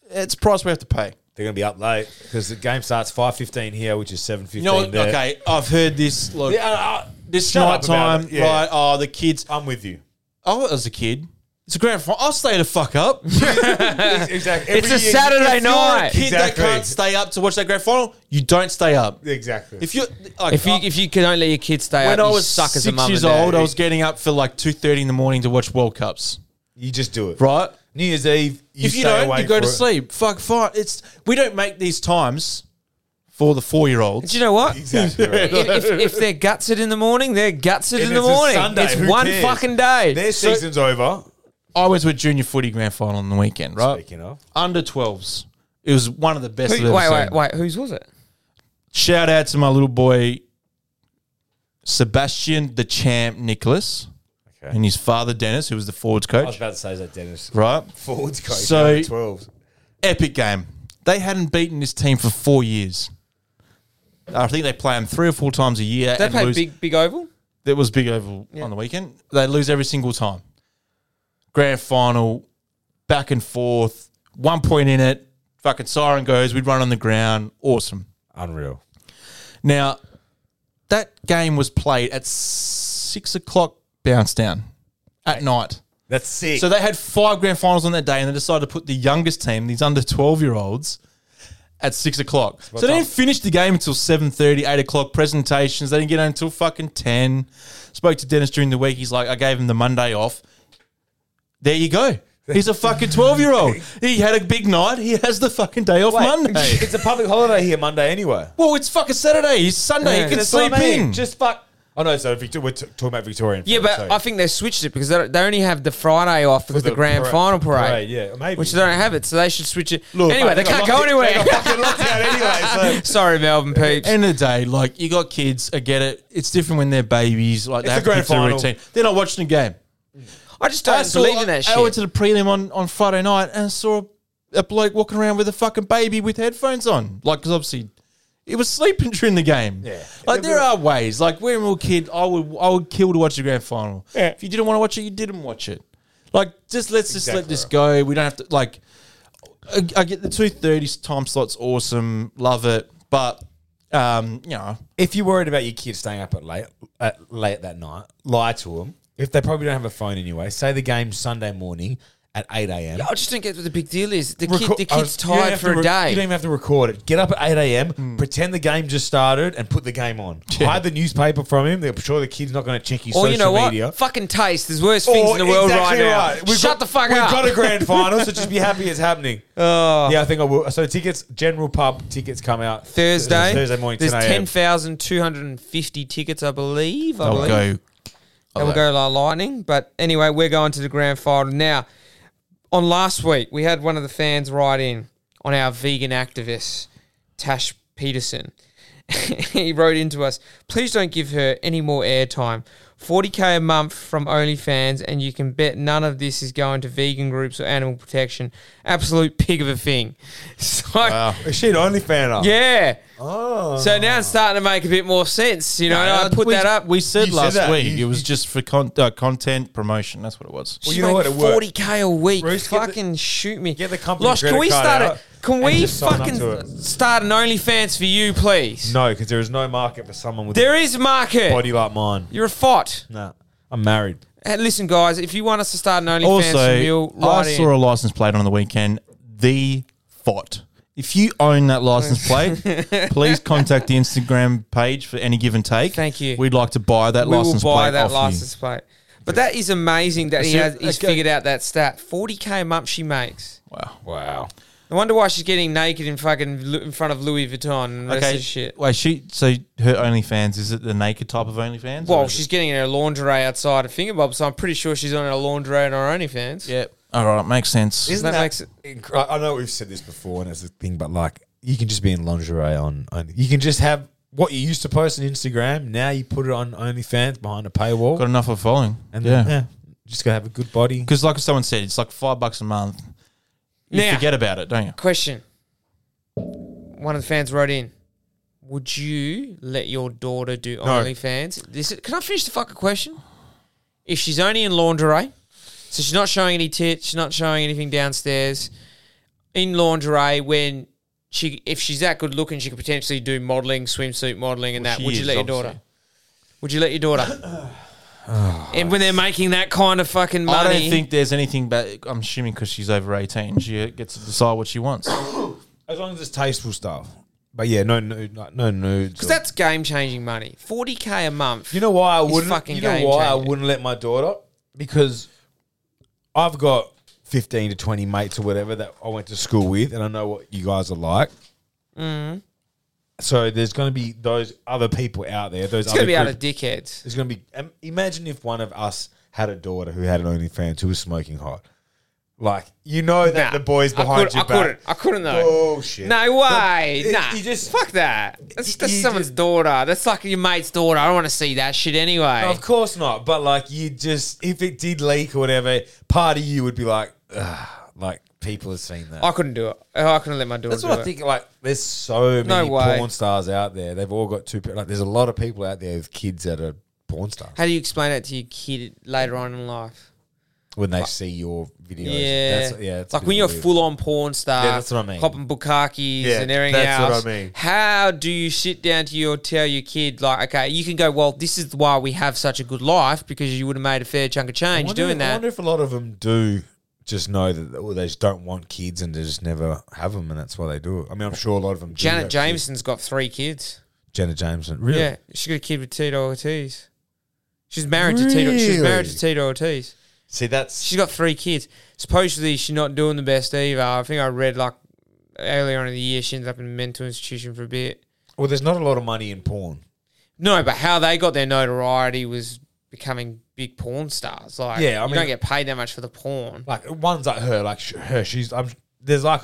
It's a price we have to pay.
They're gonna be up late because the game starts five fifteen here, which is seven fifteen.
You know, what? okay, I've heard this. Look,
Yeah, uh,
this night
shut up about
time,
it, yeah.
right? Oh, the kids. oh,
I'm with you.
I was a kid. It's a grand final. I'll stay the fuck up.
Exactly.
It's a Saturday
if you're a
night.
kid
Exactly.
that can't stay up to watch that grand final, you don't stay up.
Exactly.
If you like,
If you
I-
if you can only let your kids stay
when
up,
I
you
was
suck
six
as a mum
years
and dad.
old, I was getting up for like two thirty in the morning to watch World Cups,
you just do it.
right?
New Year's Eve. You
if you
stay
don't,
awake
you go
for
to
it.
sleep. Fuck, fine. It's we don't make these times for the four year olds.
Do you know what?
Exactly. Right.
if, if they're gutted in the morning, they're gutted
If
in the
it's a
morning.
Sunday,
it's
who
one
cares?
fucking day.
Their
So-
season's over.
I went to a junior footy grand final on the weekend, right?
Speaking of,
Under twelves. It was one of the best. I've
who,
ever
wait,
seen.
wait, wait. Whose was it?
Shout out to my little boy Sebastian the Champ Nicholas
Okay.
and his father Dennis, who was the forwards
I was
coach.
about to say that Dennis
Right,
forwards coach.
So-
So twelves.
epic game. They hadn't beaten this team for four years. I think they play them three or four times a year.
They
and
played
lose.
big, big oval.
That was big oval on the weekend. They lose every single time. Grand final, back and forth, one point in it. Fucking siren goes. We'd run on the ground. Awesome.
Unreal.
Now, that game was played at six o'clock bounce down at night.
That's sick.
So they had five grand finals on that day, and they decided to put the youngest team, these under twelve year olds, at six o'clock. So they didn't finish the game until 7.30, 8 o'clock. Presentations. They didn't get home until fucking ten. Spoke to Dennis during the week. He's like, I gave him the Monday off. There you go. He's a fucking twelve year old. He had a big night. He has the fucking day off Monday.
It's a public holiday here Monday anyway.
Well, it's fucking Saturday. It's Sunday.
Yeah.
He can
That's what
sleep
I mean.
in.
Just fuck. Oh no, so Victor, we're t- talking about Victorian.
Yeah,
film,
but
so-
I think they switched it because they, they only have the Friday off because the,
the
grand
parade-
final parade,
parade, yeah, maybe.
which they don't have it, so they should switch it.
Look,
anyway,
I
they
think I
can't go anywhere.
fucking locked out anyway. So
Sorry, Melbourne peeps.
End of the day, like you got kids, I get it. It's different when they're babies. Like
It's
they have
the
to
grand
get through a
final.
routine. They're not watching the game.
I just don't
saw-
believe in that
I
shit.
went to the prelim on, on Friday night and I saw a bloke walking around with a fucking baby with headphones on. Like, because obviously he was sleeping during the game.
Yeah.
Like, there are ways. Like, when we were a kid, I would, I would kill to watch the grand final.
Yeah.
If you didn't want to watch it, you didn't watch it. Like, just let's just let
Exactly
this go. We don't have to, like, I, I get the 2.30 time slot's awesome. Love it. But, um, you know,
if you're worried about your kids staying up at late at late that night, lie to them. If they probably don't have a phone anyway, say the game Sunday morning at eight a.m.
I just don't get what the big deal is. The,
Reco-
kid, the
I
kid's
was- you don't
tired
have
for
to
a
re-
day. Mm.
You don't even have to record it. Get up at 8 a.m., pretend the game just started, and put the game on. Hide the newspaper from him. They're sure the kid's not going to check his
Or
social
you know what?
media.
Fucking taste. There's worse things in the world
exactly
right, now.
We've
Shut
got-
the fuck
we've
up. Oh.
got a grand final, so just be happy it's happening. yeah, I think I will. So tickets, general pub tickets come out
Thursday.
Thursday morning,
There's
10 a.m.
ten thousand two hundred and fifty tickets, I believe. I
they'll
believe.
go.
That will go like lightning. But anyway, we're going to the grand final now. On last week, we had one of the fans write in on our vegan activist, Tash Peterson. he wrote into us, please don't give her any more airtime. 40k a month from OnlyFans, and you can bet none of this is going to vegan groups or animal protection. Absolute pig of a thing. So,
Is she an OnlyFan? up?
yeah. Oh. So now it's starting to make a bit more sense. You know, and I
Uh,
put
we-
that up.
We said
You said
last
that.
week
You-
it was just for con- uh, content promotion. That's what it was.
Well,
She
you know
made
what? It worked.
Forty k a week.
Bruce, get the-
fucking shoot me.
get the company
Losh, can
credit
we
card
start
out
it? Can
and
we
just sign up to
fucking
it.
start an OnlyFans for you, please?
No, because there is no market for someone with
There is market.
a body like mine.
You're a fot.
Nah, I'm married.
Hey, listen, guys, if you want us to start an OnlyFans for
Also,
you, right
I
in.
saw a license plate on the weekend. The fot. If you own that license plate, please contact the Instagram page for any give and take.
Thank you.
We'd like to buy that
we will
license plate.
buy that
off you.
license plate. But that is amazing that he
So,
has he's
okay.
figured out that stat. Forty k a month she makes.
Wow.
Wow.
No wonder why she's getting naked in fucking Lu- in front of Louis Vuitton and the rest
Okay.
of the shit.
Wait, she. So her OnlyFans is it the naked type of OnlyFans? or
Well,
is
she's getting her lingerie outside of Finger Bob, so I'm pretty sure she's on her lingerie and her OnlyFans.
it- Yep. All right, makes sense.
Isn't
That
that,
makes it-
inc- I I know we've said this before, and it's a thing, but like you can just be in lingerie on. on you can just have what you used to post on Instagram. Now you put it on OnlyFans behind a paywall,
Got enough of following.
and
yeah.
then, yeah, just gotta have a good body.
Because like someone said, it's like five bucks a month. You
Now-
forget about it, don't you?
Question. One of the fans wrote in. Would you let your daughter do OnlyFans? This is, can I finish the fucking question? If she's only in lingerie, so she's not showing any tits, she's not showing anything downstairs, in lingerie when she, if she's that good looking, she could potentially do modeling, swimsuit modeling, and
Well,
that.
she
Would you
is,
let your
obviously. Oh.
daughter? Would you let your daughter? and when they're making that kind of fucking money,
I don't think there's anything. But I'm assuming because she's over 18, she gets to decide what she wants.
As long as it's tasteful stuff. But yeah, no, no, no nudes.
because that's game changing money. Forty k a month.
You know why I
It's
wouldn't?
fucking
you know
game
why I
changing.
wouldn't let my daughter? Because I've got fifteen to twenty mates or whatever that I went to school with, and I know what you guys are like.
Mm.
So there's going to be those other people out there. Those
It's
other
gonna be out
group-
of dickheads.
There's going to be. um, Imagine if one of us had a daughter who had an OnlyFans who was smoking hot. Like you know that
Nah,
the boys behind
I could,
your
I
back.
couldn't. I couldn't though.
Bullshit.
No way.
It-
nah.
you just-
fuck that. That's, that's
you
someone's
just-
daughter. That's like your mate's daughter. I don't want to see that shit anyway.
Of course not. But like, you just if it did leak or whatever, part of you would be like, Ugh, like people have seen that.
I couldn't do it. I couldn't let my daughter.
That's
do
what
it.
I think. Like, there's
No
so many
way.
porn stars out there. They've all got two. pa- Like, there's a lot of people out there with kids that are porn stars.
How do you explain that to your kid later on in life?
When they see your videos,
Yeah,
that's, yeah. It's a
like
bit
when you're a
weird.
full on porn star,
Yeah, that's what I mean.
Hopping bukkakis
Yeah,
and everything
that's what I
else.
mean.
How do you sit down to your tell your kid like, okay, you can go. Well, this is why we have such a good life because you would have made a fair chunk of
I
change
wonder-
doing
I
that.
wonder if a lot of them do just know that or they just don't want kids and they just never have them, and that's why they do it. I mean, I'm sure a lot of them. do
Janet
have kids.
Jameson's got three kids.
Janet Jameson, really?
Yeah, she got a kid with Tito Ortiz. She's married to Tito. She's married to
Really?
Tito Ortiz.
See, that's
She's got three kids. Supposedly, she's not doing the best either. I think I read like earlier on in the year she ended up in a mental institution for a bit.
well. There's not a lot of money in porn.
No, but how they got their notoriety was becoming big porn stars. Like,
Yeah, I
you
mean-
don't get paid that much for the porn.
Like ones like her, like sh- her. She's I'm, there's like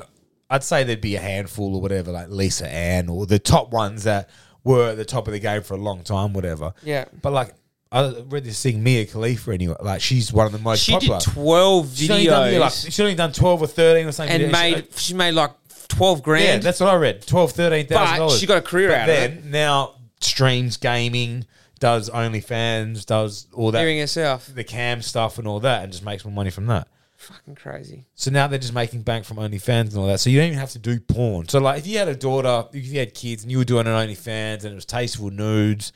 I'd say there'd be a handful or whatever, like Lisa Ann or the top ones that were at the top of the game for a long time, whatever.
Yeah.
But like I read this thing, Mia Khalifa. Anyway, like she's one of the most
She
popular.
did twelve videos
She's only done, yeah, like, she's only done twelve or thirteen or something.
and
She-
made she made like twelve grand.
Yeah, that's what I read. Twelve, thirteen thousand
But
dollars.
she got a career out of
then, Now streams gaming, does OnlyFans, does all that
hearing herself.
the cam stuff and all that, and just makes more money from that.
Fucking crazy.
So now they're just making bank from OnlyFans and all that. So you don't even have to do porn. So like, if you had a daughter, if you had kids, and you were doing an OnlyFans and it was tasteful nudes,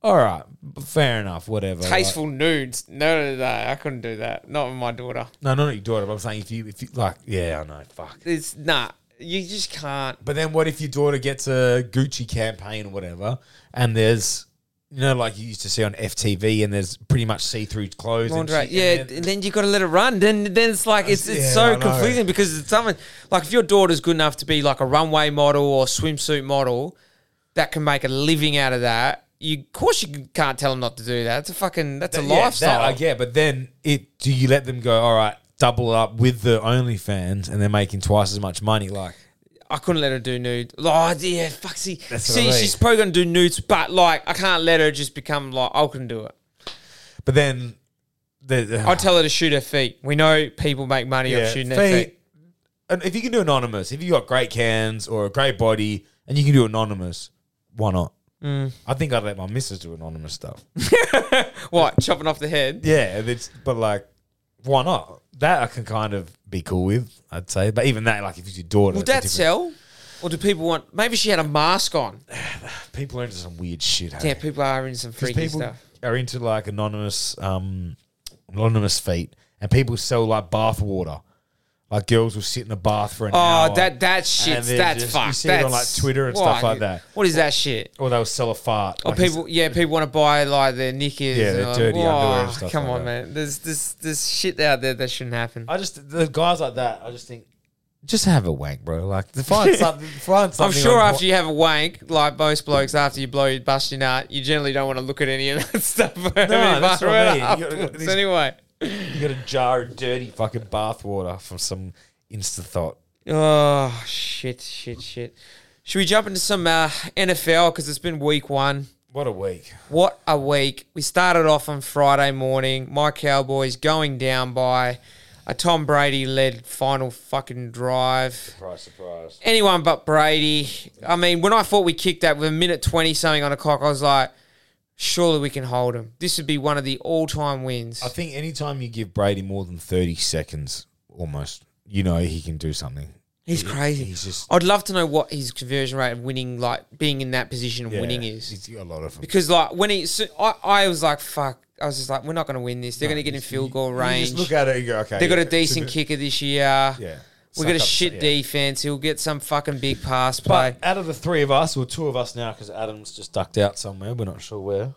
all right, b- fair enough, whatever. like-
Tasteful nudes. No, no, no, I couldn't do that. Not with my daughter.
no, not your daughter. But I'm saying if you, if you like, yeah, I know, fuck.
It's nah. You just can't.
But then what if your daughter gets a Gucci campaign or whatever, and there's, you know, like you used to see on FTV, and there's pretty much see-through clothes. and
Laundrette,
shit,
yeah,
and
and then, you got to let it run. Then, then it's like it's it's
Yeah, I
so
know.
confusing because it's something like if your daughter's good enough to be like a runway model or swimsuit model that can make a living out of that, you of course you can't tell them not to do that. It's a fucking that's a
Yeah,
lifestyle.
That I get, but then it do you let them go? All right, double up with the OnlyFans, and they're making twice as much money. Like,
I couldn't let her do nude. Oh yeah, fuck. See,
That's what
see
I mean.
she's probably gonna do nudes, but like I can't let her just become like I can do it.
but then the, the
I tell her to shoot her feet. We know people make money
yeah,
off shooting their feet.
feet- and if you can do anonymous, if you got great cans or a great body, and you can do anonymous, why not?
Mm.
I think I'd let my missus do anonymous stuff.
What chopping off the head?
Yeah, it's but like, why not? That I can kind of be cool with, I'd say. But even that, like, if it's your daughter,
Would that
that's a different-
sell? Or do people want? Maybe she had a mask on.
people are into some weird shit. hey?
Yeah, people are in some
Because
freaky
people
stuff.
are into like anonymous, um, anonymous feet, and people sell like bath water. Like girls will sit in the bath for an
Oh,
hour.
that that shit,
they're
that's
just- you
fucked.
see it on,
That's-
like, Twitter and stuff
why?
like that.
What is that shit?
or they'll sell a fart.
Or
Like,
Oh, people, yeah, people want to buy like their knickers.
Yeah,
and
their
like,
dirty underwear and
"Whoa,
stuff
Come
like
on,
that."
man. There's this this shit out there that shouldn't happen.
I just the guys like that. I just think, just have a wank, bro. Like find something. Find
I'm
something.
sure
on
after
por-
you have a wank, like most blokes, after you blow your bust your nut, you generally don't want to look at any of that stuff. No,
that's what I mean. You gotta- these-
anyway.
you got a jar of dirty fucking bath water from some insta thought.
Oh shit, shit, shit. Should we jump into some uh, NFL because it's been week one.
What a week!
What a week. We started off on Friday morning. My Cowboys going down by a Tom Brady led final fucking drive.
Surprise, surprise.
Anyone but Brady. I mean, when I thought we kicked that with a minute 20 something on the clock, I was like, surely we can hold him. This would be one of the all time wins.
I think anytime you give Brady more than thirty seconds, almost, you know he can do something.
He's crazy.
he's just-
I'd love to know what his conversion rate of winning, like being in that position and winning is.
He's got a lot of them.
Because like when he, so I, I was like, fuck. I was just like, we're not going to win this. They're going to get in field goal range.
You just look at it and go, okay.
They got a
yeah,
decent
it's
kicker this year.
bit- Yeah.
We got a
Suck up,
shit
yeah.
defense. He'll get some fucking big pass play.
But out of the three of us, or two of us now, because Adam's just ducked out somewhere, we're not sure where.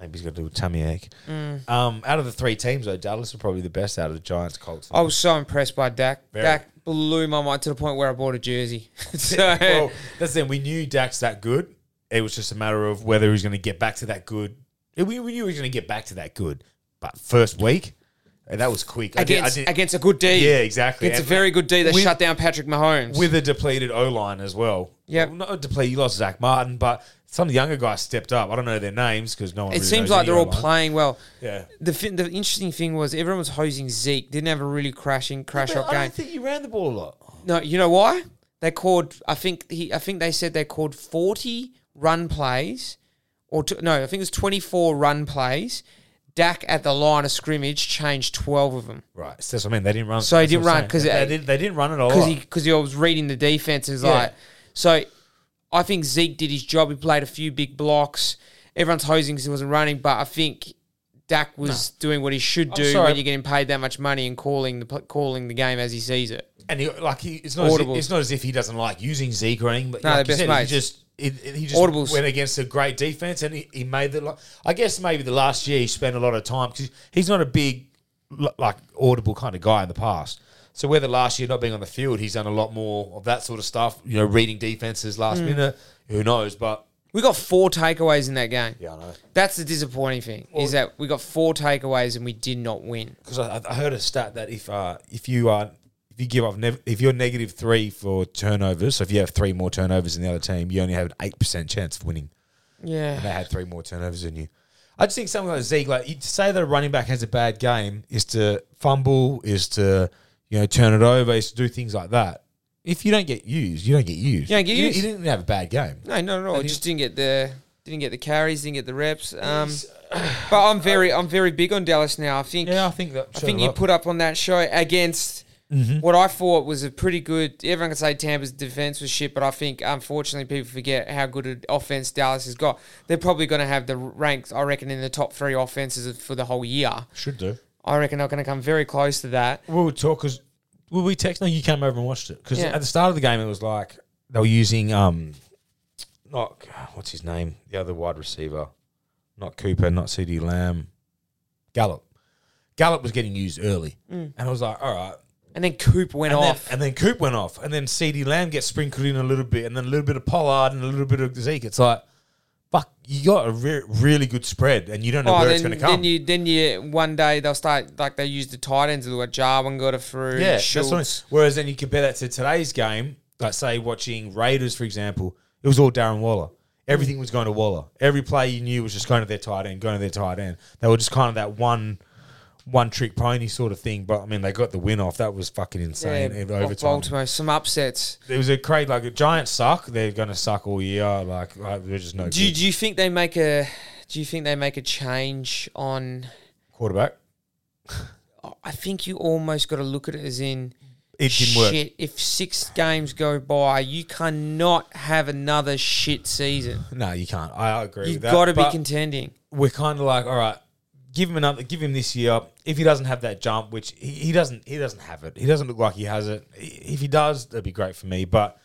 Maybe he's got to do a tummy ache.
Mm.
Um, out of the three teams, though, Dallas are probably the best out of the Giants, Colts.
I was so impressed by Dak.
Very.
Dak blew my mind to the point where I bought a jersey. so
well, that's then. We knew Dak's that good. It was just a matter of whether he was going to get back to that good. We, we knew he was going to get back to that good. But first week, and that was quick. I did-
against
I did,
against a good D.
yeah, exactly.
It's a
And-
very good D that
With-
shut down Patrick Mahomes.
with a depleted O line as well.
Yep.
well, not a depleted. You lost Zach Martin, but some of the younger guys stepped up. I don't know their names because no one.
it
really
seems
knows
like
any
they're all
O-line.
playing well.
Yeah.
The fin- the interesting thing was everyone was hosing Zeke. Didn't have a really crashing crash
But
up
I
game.
don't think you ran the ball a lot.
No, you know why? They called. I think he. I think they said they called forty run plays, or t- no, I think it was twenty-four run plays. Dak at the line of scrimmage changed twelve of them
Right, so that's what I mean. They didn't run.
So he
That's
didn't
what I'm
run 'cause
saying.
it-
they, did, they didn't run at all.
because he because he was reading the defense is
Yeah.
like so. I think Zeke did his job. He played a few big blocks. Everyone's hosing because he wasn't running, but I think Dak was doing what he should do
sorry.
when you're getting paid that much money and calling the pl- calling the game as he sees it.
and he, like he, it's not. As if,
Audibles.
it's not as if he doesn't like using Zeke or anything. But
No,
like
they're
you said,
best
he
mates.
just. It, it- he just
Audibles.
went against a great defense, and he, he made the. lo- I guess maybe the last year he spent a lot of time because he's not a big, l- like audible kind of guy in the past. So whether last year not being on the
Hmm.
field, he's done a lot more of that sort of stuff. You know, reading defenses last minute. Who knows? But
We got four takeaways in that game.
Yeah, I know.
That's the disappointing thing is that we got four takeaways and we did not win.
Because I, I heard a stat that if uh, if you are if you give up nev- if you're negative three for turnovers, so if you have three more turnovers than the other team, you only have an eight percent chance of winning. and they
Yeah.
had three more turnovers than you. I just think something like Zeke, like you to say that a running back has a bad game is to fumble, is to you know turn it over, is to do things like that. If you don't get used, you don't get used.
You don't get
you,
used.
You didn't have a bad game.
No, not at all.
he-
Just didn't get the didn't get the carries, didn't get the reps. Um, but I'm very I'm very big on Dallas now. I think
Yeah, I think that.
I think you put up on that show against
Mm-hmm.
what I thought was a pretty good. Everyone can say Tampa's defense was shit, but I think unfortunately people forget how good an offense Dallas has got. They're probably going to have the ranks, I reckon, in the top three offenses for the whole year.
should do.
I reckon they're going to come very close to that.
We would talk because were we texting? No, you came over and watched it because
Yeah.
at the start of the game it was like they were using um, not what's his name, the other wide receiver, not Cooper, not C.D. Lamb, Gallup. Gallup was getting used early, and I was like, all right.
Mm. And then Coop went
and
off.
Then, and then Coop went off, and then CD Lamb gets sprinkled in a little bit, and then a little bit of Pollard and a little bit of Zeke. It's like, fuck, you got a re- really good spread, and you don't know
Oh,
where
then,
it's going to come.
then you then you one day they'll start like they use the tight ends. Like Jarwin got it through.
yeah, that's
Schultz.
what I- Whereas then you compare that to today's game, like say watching Raiders for example, it was all Darren Waller. Everything was going to Waller. Every play you knew was just going to their tight end, going to their tight end. They were just kind of that one. One trick pony sort of thing, but I mean, they got the win off. That was fucking insane.
Yeah,
in
Bal-
overtime.
Baltimore, some upsets.
It was a crazy like a giant suck. They're gonna suck all year. Like, like they're just no
Do you,
good
do you think they make a do you think they make a change on
quarterback.
I think you almost got to look at it as in
It didn't work.
shit. If six games go by, you cannot have another shit season.
No, you can't. I I agree.
You've
with that.
got to be
But
contending.
We're kind of like, all right, give him another. Give him this year. If he doesn't have that jump, which he, he doesn't, he doesn't have it. He doesn't look like he has it. I- If he does, that'd be great for me. But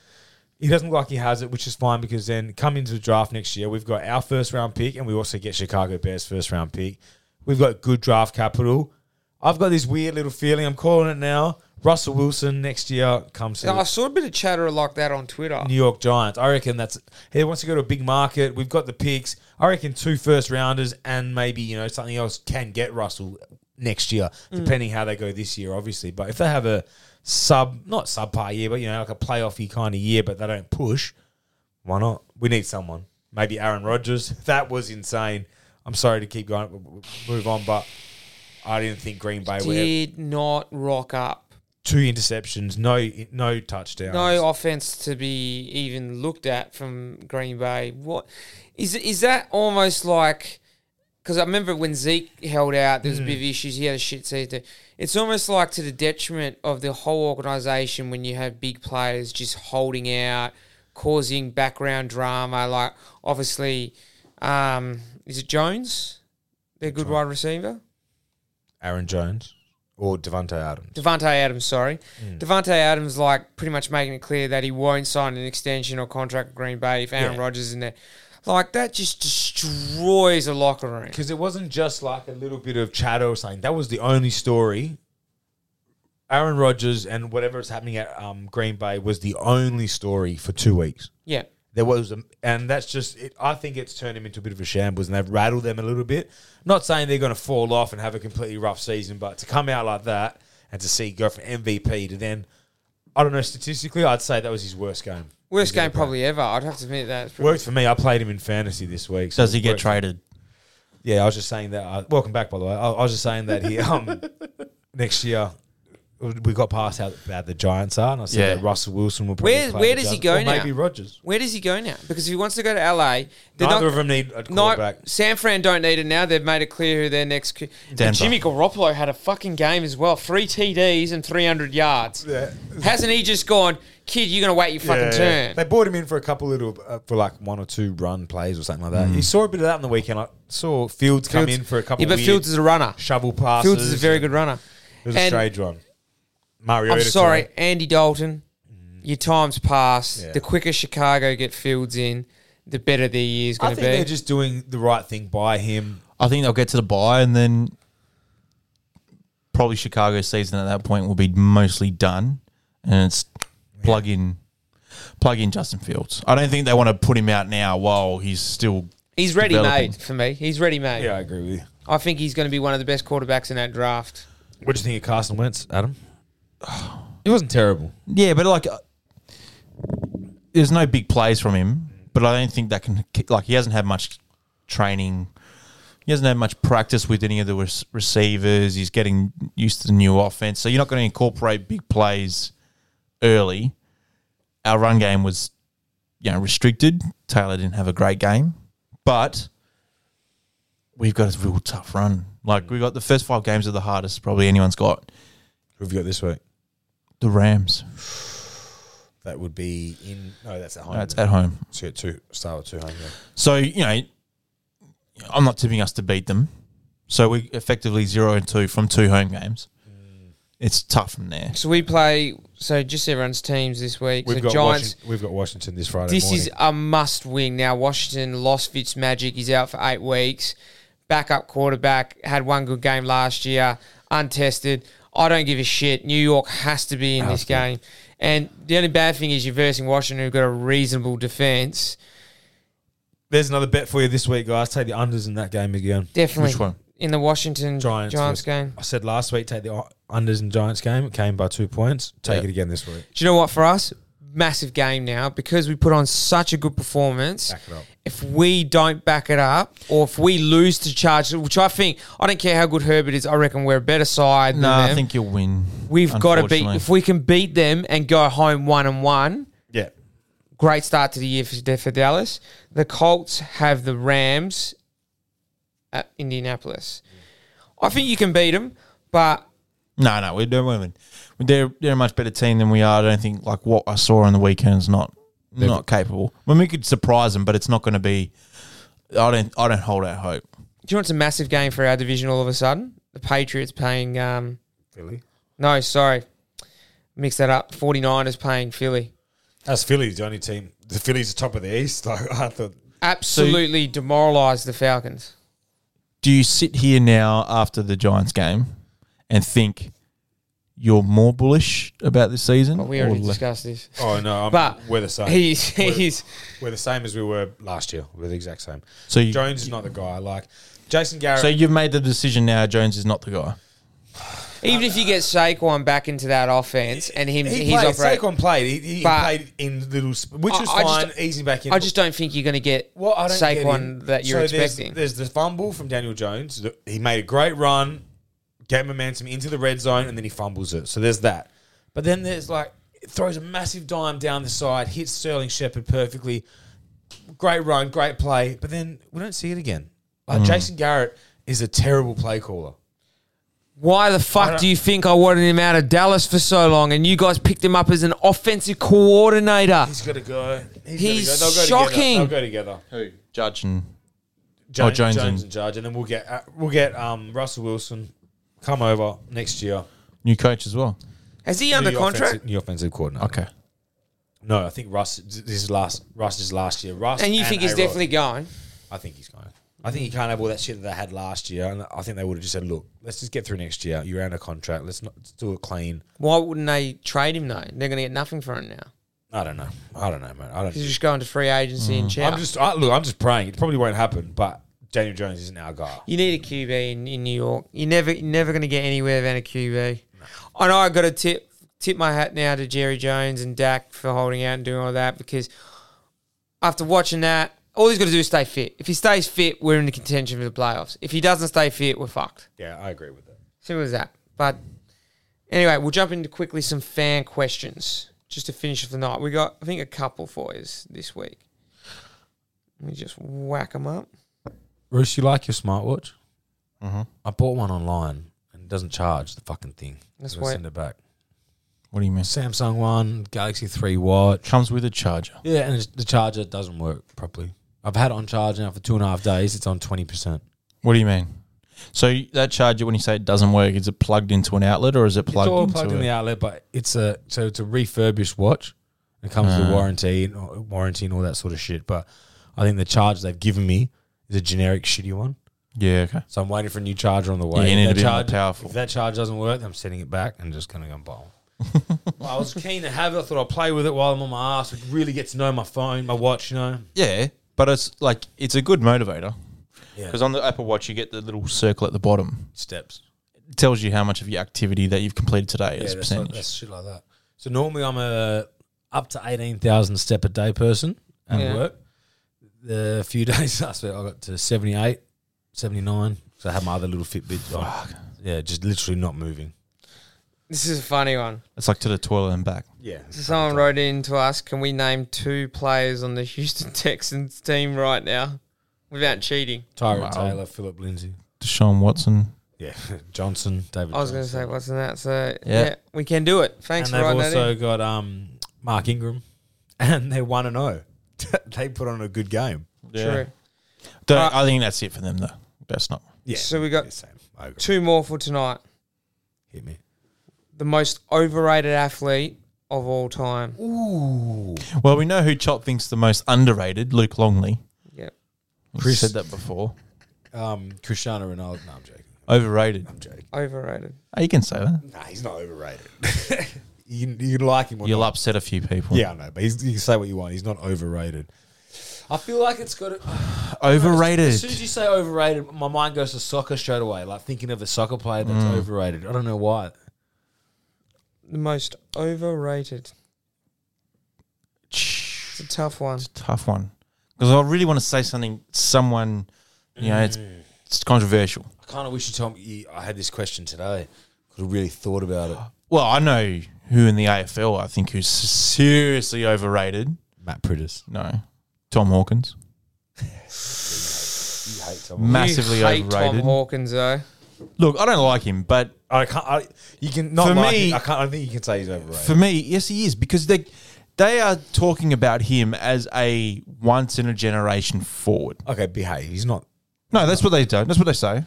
he doesn't look like he has it, which is fine because then come into the draft next year, we've got our first round pick, and we also get Chicago Bears first round pick. We've got good draft capital. I've got this weird little feeling. I'm calling it now. Russell Wilson next year comes. To
I saw a bit of chatter like that on Twitter.
New York Giants. I reckon that's he wants to go to a big market. We've got the picks. I reckon two first rounders and maybe you know something else can get Russell next year, depending how they go this year, obviously. But if they have a sub, not subpar year, but you know like a playoffy kind of year, but they don't push, why not? We need someone. Maybe Aaron Rodgers. That was insane. I'm sorry to keep going, w- w- move on, but I didn't think Green Bay were
Did not rock up.
two interceptions, no no touchdowns.
No offense to be even looked at from Green Bay. What is is that almost like? Because I remember when Zeke held out, there was a bit of issues. He had a shit season. It's almost like to the detriment of the whole organization when you have big players just holding out, causing background drama. Like obviously, um, is it Jones? Their good wide receiver.
Aaron Jones or Devontae Adams.
Devonte Adams, sorry.
Hmm.
Devonte Adams, like, pretty much making it clear that he won't sign an extension or contract with Green Bay if Aaron
Yeah.
Rodgers is in there. Like, that just destroys a locker room.
because it wasn't just like a little bit of chatter or something. That was the only story. Aaron Rodgers and whatever is happening at um, Green Bay was the only story for two weeks.
Yeah.
There was, a, and that's just. It, I think it's turned him into a bit of a shambles, and they've rattled them a little bit. Not saying they're going to fall off and have a completely rough season, but to come out like that and to see go from MVP to then, I don't know. Statistically, I'd say that was his worst game.
Worst
He's ever
game
played.
probably ever. I'd have to admit that. It's pretty-
Worked for me. I played him in fantasy this week. so
Does he
it
get
worked.
traded?
Yeah, I was just saying that. Uh, welcome back, by the way. I, I was just saying that he um, next year we got past how bad the Giants are, and I said
Yeah.
that Russell Wilson will probably.
Where-
play
where
the
does he
Giants,
go
or
now?
Maybe Rogers.
Where does he go now? Because if he wants to go to LA, they're
Neither
not,
of them need a
no,
quarterback.
San Fran don't need it now. They've made it clear who their next. co- And
Denver.
Jimmy Garoppolo had a fucking game as well. Three TDs and 300 yards.
Yeah.
Hasn't he just gone, kid, you're going to wait your fucking turn?
They bought him in for a couple little, uh, for like one or two run plays or something like that. You saw a bit of that on the weekend. I saw Fields, come in for a couple.
Yeah, but
weird
Mm. Fields is a runner.
shovel passes.
Fields is a very good runner.
It was a
and-
strange one. Mario.
I'm sorry, Andy Dalton. Your time's passed.
Mm. Yeah.
The quicker Chicago get Fields in, the better their year's
I
going
think
to
they're
be.
just doing the right thing by him.
I think they'll get to the bye and then probably Chicago's season at that point will be mostly done and it's plug in. plug in Justin Fields. I don't think they want to put him out now while he's still.
He's ready
Developing.
made for me. He's ready made.
Yeah, I agree with you.
I think he's going to be one of the best quarterbacks in that draft.
What do you think of Carson Wentz, Adam? It wasn't terrible.
Yeah, but like, uh, there's no big plays from him. But I don't think that can like he hasn't had much training. He hasn't had much practice with any of the res- receivers. He's getting used to the new offense, so you're not going to incorporate big plays early. Our run game was, you know, restricted. Taylor didn't have a great game, but we've got a real tough run. Like we got the first five games are the hardest probably anyone's got.
Who have you got this week?
The Rams.
That would be in. No, that's at home.
That's at home.
So you got two. Start with two home. games.
So you know, I'm not tipping us to beat them. So we effectively zero and two from two home games. It's tough from there.
So we play. So just everyone's teams this week.
We've
so
got
Giants.
Washington, we've got Washington this Friday
This
morning.
is a must win. Now Washington lost Fitz Magic. He's out for eight weeks. Backup quarterback had one good game last year, untested. I don't give a shit. New York has to be in this game. And the only bad thing is you're versing Washington, who've got a reasonable defense.
There's another bet for you this week, guys. Take the unders in that game again.
Definitely
Which one?
in the Washington
Giants.
Giants, game.
I said last week, take the unders in Giants game. It came by two points. Take
Yeah.
it again this week.
Do you know what? For us, massive game now because we put on such a good performance.
Back it up.
If we don't back it up, or if we lose to charge, which I think I don't care how good Herbert is, I reckon we're a better side.
No,
than them.
I think you'll win.
we've got to beat.
unfortunately.
If we can beat them and go home one and one,
Yeah.
great start to the year for, for Dallas. The Colts have the Rams at Indianapolis. I think you can beat them, but
no, no, we don't win. They're they're a much better team than we are. I don't think like what I saw on the weekend's not not capable. I mean, we could surprise them, but it's not going to be. I don't I don't hold out hope.
do you know it's a massive game for our division all of a sudden? The Patriots paying um,
Philly.
No, sorry. Mix that up. 49ers paying Philly.
As Philly's the only team. The Phillies the top of the East. Like I thought.
Absolutely demoralised the Falcons.
do you sit here now after the Giants game and think you're more bullish about this season?
But we
or
already
le-
discussed this.
Oh no, I'm,
But
we're the same.
He's,
We're-
he's
We're the same as we were last year. We're the exact same.
so you,
Jones is not the guy. Like Jason Garrett.
so you've made the decision now. Jones is not the guy.
even if you get Saquon back into that offense and him,
he
he's
played.
operating.
Saquon played. He, he
But-
played in little, sp- which
I-
was
I just-
fine. easing back in.
I just don't think you're going to get
What I don't get
Saquon
in-
that you're
so there's-
expecting.
There's, the fumble from Daniel Jones. that He made a great run, get momentum into the red zone, and then he fumbles it. So there's that. But then there's like throws a massive dime down the side, hits Sterling Shepard perfectly. Great run, great play. But then we don't see it again. Like Jason Garrett is a terrible play caller.
Why the
I don't-
fuck do you think I wanted him out of Dallas for so long and you guys picked him up as an offensive coordinator?
He's got to go.
He's
gotta
shocking.
Go together. They'll go together.
Who? Judge and
Jones,
Jones
Oh, Jones,
and-
and, Judge, and then we'll get uh, we'll get um, Russell Wilson come over next year.
new coach as well.
Has he under
New
contract?
offensive, new offensive coordinator.
Okay.
No, I think Russ. This is last. Russ is last year. Russ.
And you think he's
A-Rod.
definitely going?
I think he's going. I think he can't have all that shit that they had last year. And I think they would have just said, "Look, let's just get through next year. You're under contract. Let's not let's do it clean."
Why wouldn't they trade him though? They're going to get nothing for him now.
I don't know. I don't know, man. I
He's
don't.
just going to free agency and chow.
Mm. I'm just I, look. I'm just praying. It probably won't happen. But Daniel Jones isn't our guy.
you need a QB in, in New York. You're never you're never going to get anywhere without a QB. I know I got to tip tip my hat now to Jerry Jones and Dak for holding out and doing all that because after watching that, all he's got to do is stay fit. If he stays fit, we're in the contention for the playoffs. If he doesn't stay fit, we're fucked.
Yeah, I agree with that.
Simple as that. But anyway, we'll jump into quickly some fan questions just to finish off the night. We got, I think, a couple for you this week. Let me just whack them up.
Bruce, you like your smartwatch?
Mm-hmm.
I bought one online and it doesn't charge the fucking thing.
That's
I'm gonna
why-
Send it back.
What do you mean?
Samsung one, Galaxy Three watch.
Comes with a charger.
Yeah, and it's- the charger doesn't work properly. I've had it on charge now for two and a half days. It's on twenty percent.
What do you mean? So that charger, when you say it doesn't work, is it plugged into an outlet or is it
It's
plugged
all
into
plugged
a-
in the outlet, but it's a so it's a refurbished watch. It comes with
Ah.
warranty and all- warranty and all that sort of shit. But I think the charge they've given me is a generic shitty one.
Yeah. Okay.
So I'm waiting for a new charger on the
Yeah,
way.
you need
If
a
that
bit more
charge-
powerful.
If that charge doesn't work, I'm sending it back and just gonna go and buy one. I was keen to have it. I thought I'd play with it while I'm on my ass. It really get to know my phone, my watch, you know.
Yeah, but it's like it's a good motivator
Yeah.
because on the Apple Watch you get the little circle at the bottom.
Steps.
It tells you how much of your activity that you've completed today
Yeah,
as a
that's, like,
percentage.
that's shit like that. So normally I'm a up to 18,000 step a day person at
Yeah.
work. The few days last week I got to 78, 79. So I had my other little Fitbit. on. Yeah, just literally not moving.
This is a funny one.
it's like to the toilet and back.
Yeah.
Someone wrote in to us, can we name two players on the Houston Texans team right now without cheating?
Tyrant
Wow.
Taylor, Philip Lindsay.
Deshaun Watson.
Yeah. Johnson, David.
I was going to
Johnson.
say, what's in that? So,
Yeah.
yeah. we can do it. Thanks
and
for
they've
writing that
also
in.
got um, Mark Ingram, and they're one and zero. They put on a good game.
True.
Don't-
Uh,
I think that's it for them though. That's not.
Yeah.
So we got-
Yeah, same. I agree.
Two more for tonight.
Hit me.
The most overrated athlete of all time.
Ooh.
Well, we know who Chop thinks the most underrated. Luke Longley.
Yep.
We
Chris-
said that before.
Um, Cristiano Ronaldo. No, I'm joking.
Overrated.
I'm joking.
Overrated.
Oh, you can say that.
Nah, he's not overrated. you, you can like him or
You'll
not.
upset a few people.
Yeah, I know, but he's, you can say what you want. He's not overrated. I feel like it's got. To, As soon as
Overrated.
you say overrated, my mind goes to soccer straight away. Like thinking of a soccer player that's overrated. I don't know why.
The most overrated. It's a tough one.
It's a tough one because I really want to say something. Someone, you know, it's it's controversial.
I kind of wish you told me you, I had this question today. Could have really thought about it.
Well, I know who in the AFL I think who's seriously overrated.
Matt Prittis.
No, Tom Hawkins,
You hate Tom.
massively
you hate Tom
overrated.
Hawkins, though.
Look, I don't like him, but
I can't. I, you can not
For
like
me-
him. I can't. I don't think you can say he's overrated.
for me, yes, he is because they they are talking about him as a once in a generation forward.
okay, behave. He's not.
No, that's what they do. That's what they say.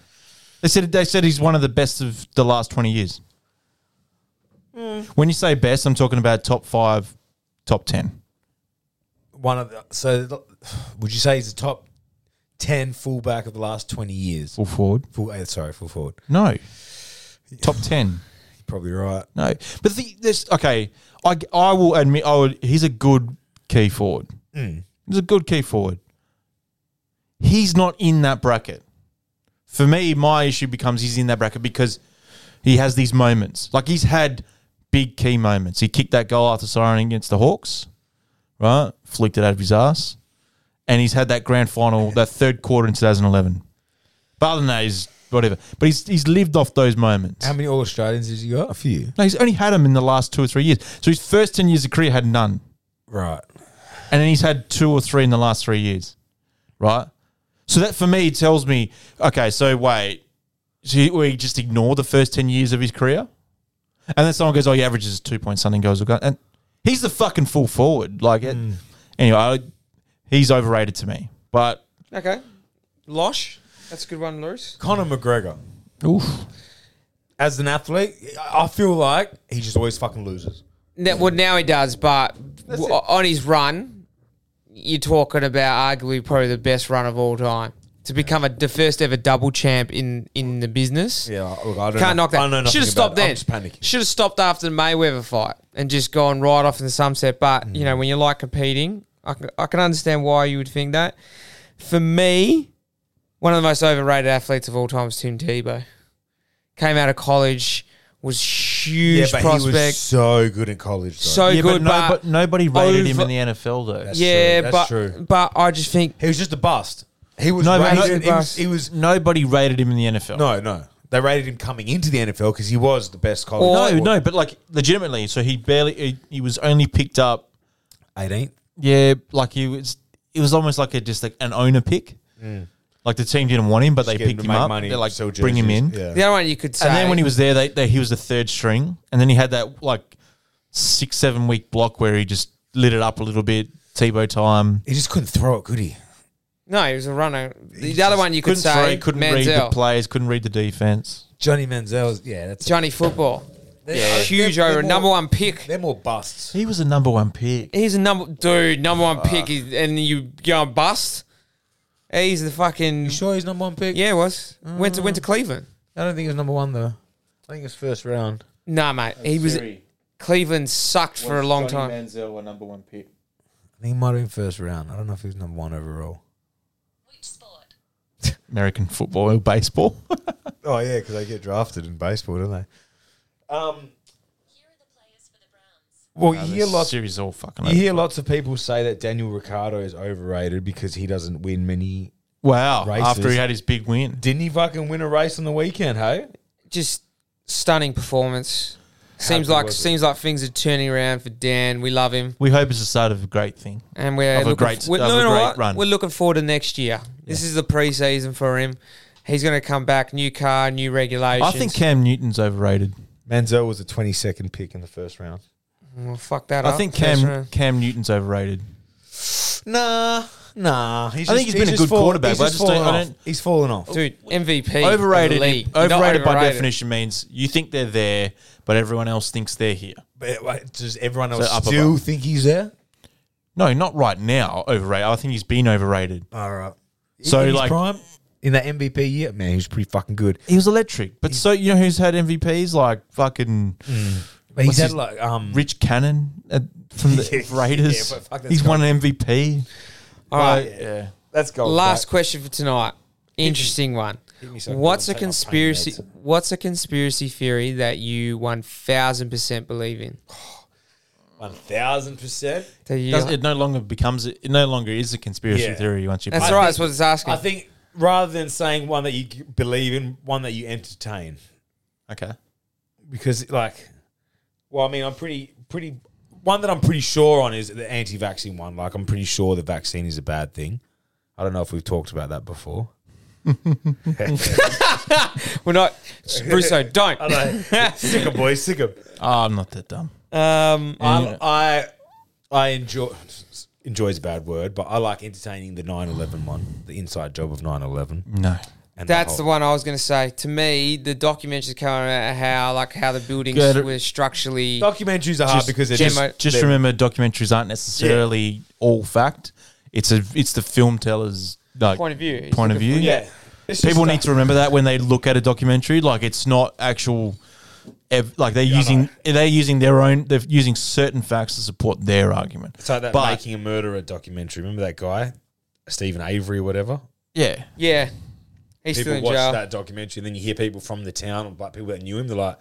They said they said he's one of the best of the last twenty years. When you say best, I'm talking about top five, top ten.
one of the, so the- would you say he's the top 10 fullback of the last 20 years
Full forward?
full eh, sorry full forward
No. Top ten?
You're probably right
No. But the, this okay. I, I will admit. I would. He's a good key forward. He's a good key forward. He's not in that bracket. For me, my issue becomes he's in that bracket because he has these moments. Like he's had big key moments. He kicked that goal after siren against the Hawks, right? Flicked it out of his ass. And he's had that grand final, that third quarter in 2011. But other than that, he's whatever. But he's, he's lived off those moments.
how many all australians has he got a few
No, he's only had him in the last two or three years. So his first 10 years of career had none.
right
And then he's had two or three in the last three years, right? So that for me tells me, okay, so wait, so he, we just ignore the first 10 years of his career? And then someone goes, oh, he averages two point something, goes, okay. And he's the fucking full forward. Like, it, anyway, I, he's overrated to me. But,
Okay. Losh. That's a good one, Lewis.
conor mcgregor
oof.
as an athlete i I feel like he just always fucking loses
Now, well, now he does, but
That's
w-
it.
on his run, you're talking about arguably probably the best run of all time to become a, the first ever double champ in in the business.
yeah look, i don't
Can't
know-
knock
I know
that.
nothing
Should have
about
stopped
it.
then.
i'm just panicking
Should have stopped after the Mayweather fight and just gone right off in the sunset. But you
Mm.
know, when you like competing, I can, I can understand why you would think that. For me, one of the most overrated athletes of all time is Tim Tebow. Came out of college, was
yeah
huge
but
prospect.
he was so good in college though.
So
Yeah,
good,
but, no,
but,
but nobody rated him
over-
in the NFL, though.
That's
yeah,
true,
but
that's true.
but I just think
he was just a bust he was
No, but no-
rated- he was, he was
nobody rated him in the NFL.
no no they rated him coming into the nfl because he was the best college
No,
forward.
no, but like legitimately, so he barely he, he was only picked up.
18th
Yeah, like he was. It was almost like a just like an owner pick. Like the team didn't want him, but they
get him
picked
to
him
make
up.
money,
They're like
sell
bring him in,
jerseys. Yeah.
the other one you could say.
and then when he was there, they, they he was the third string, and then he had that like six seven week block where he just lit it up a little bit. Tebow time
He just couldn't throw it, could he?
no, he was a runner. The other one you could
couldn't
say
throw, couldn't read the
Manziel,
plays, couldn't read the defense.
Johnny Manziel's, yeah, that's
Johnny Football,
They're-
huge
they're- they're
over
more-
number one pick.
They're more busts.
He was a number one pick.
He's a number dude, number one pick,
Uh.
is, and you go and bust. He's the fucking
You sure he's number one pick?
yeah. it Was went
Mm.
to went to Cleveland.
I don't think he was number one though. I think it was first round.
Nah, mate, he was Cleveland sucked for a long time.
Manziel were number one pick.
I think he might have been first round. I don't know if he was number one overall.
Which sport?
American football, baseball.
Oh yeah, because they get drafted in baseball, don't they? Um,
Here are the players for the Browns.
well,
Uh,
you
this
hear lots.
Series all fucking.
You hear lots of people say that Daniel Ricciardo is overrated because he doesn't win many.
wow!
races.
After he had his big win,
Didn't he fucking win a race on the weekend? Hey,
Just stunning performance. Seems
good
like
was it?
seems like things are turning around for Dan. We love him,
we hope it's the start of a great thing.
and we're
Of a
looking,
great-
we're,
of
no,
a
you know
great
what?
run.
We're looking forward to next year. This is the preseason for him. He's going to come back, new car, new regulations.
I think Cam Newton's overrated.
Manziel was the twenty second pick in the first round.
Well, fuck that.
I
up.
think
First
Cam
round.
Cam Newton's overrated.
Nah, nah. He's
I think he's been a
just
good
fall-
quarterback,
He's,
but I
just
just don't-
fallen
I
off.
don't-
he's fallen off.
dude, MVP, of the
Overrated,
league.
overrated,
Not
by definition means you think they're there, but everyone else thinks they're here.
But, like, does everyone
So
else
up
still
above.
think he's there?
No, not right now. Overrated. I think he's been overrated.
All right.
So,
in his
like-
prime, in that MVP year, man, he was pretty fucking good.
He was electric, but so you know who's had MVPs like fucking
Hmm. But he's
What's
had
his-
like um,
Rich Cannon at, from the
Yeah,
Raiders.
yeah, but fuck, that's
he's won an MVP.
All right.
yeah.
Let's go.
Last question for tonight. Interesting one.
Hit me so
What's a
good, I'm taking off pain
conspiracy?
meds.
What's a conspiracy theory that you one thousand percent believe in?
One thousand percent.
That you,
Does- It no longer becomes it no longer is a conspiracy
Yeah.
theory once you.
that's
put
right.
it.
That's what it's asking.
I think rather than saying one that you g- believe in, one that you entertain,
Okay.
because like, well, I mean, I'm pretty, pretty. One that I'm pretty sure on is the anti-vaccine one. Like, I'm pretty sure the vaccine is a bad thing. I don't know if we've talked about that before.
We're not, Brusso. Don't.
sick of boys, sick of.
Oh, I'm not that dumb.
Um,
I, I, I enjoy. Enjoy is a bad word, but I like entertaining the 9-11 one, the inside job of 9-11.
No.
And
that's the
whole-
one I was going to say. To me, the documentaries coming out how like how the buildings
Good.
were structurally.
Documentaries are hard Ah, because they're
Gemo-
just
Mate,
Just
they're-
remember, documentaries aren't necessarily all fact. It's a it's the film teller's like
Point of view. It's
Point of
looking
view.
for-
Yeah. It's
People
just
need
a-
to remember that when they look at a documentary, like it's not actual. Ev- like they're using they're using their own they're using certain facts to support their argument.
It's like that
But-
making a murderer documentary. Remember that guy, Stephen Avery, or whatever.
Yeah.
yeah. He's still
People
in
watch
jail.
that documentary, and then you hear people from the town, or black people that knew him. They're like,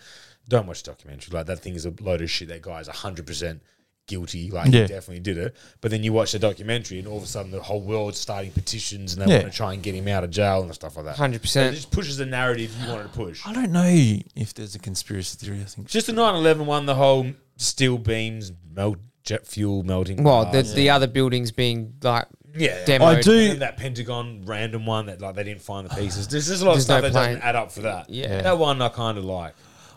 "Don't watch the documentary. Like that thing is a load of shit. That guy's hundred percent guilty. Like
Yeah.
he definitely did it." But then you watch the documentary, and all of a sudden the whole world's starting petitions, and they
Yeah.
want to try and get him out of jail and stuff like that.
Hundred
So it
percent.
just pushes the narrative you wanted to push.
I don't know if there's a conspiracy theory. I think
Just the 9-11 one, the whole steel beams melt, jet fuel melting.
Well, the,
cars.
the other buildings being like
yeah,
demoed.
I do.
And then that Pentagon random one that like they didn't find the pieces. There's just a lot
There's
of stuff
no
that
plan.
doesn't add up for that.
Yeah.
that one I kind of like.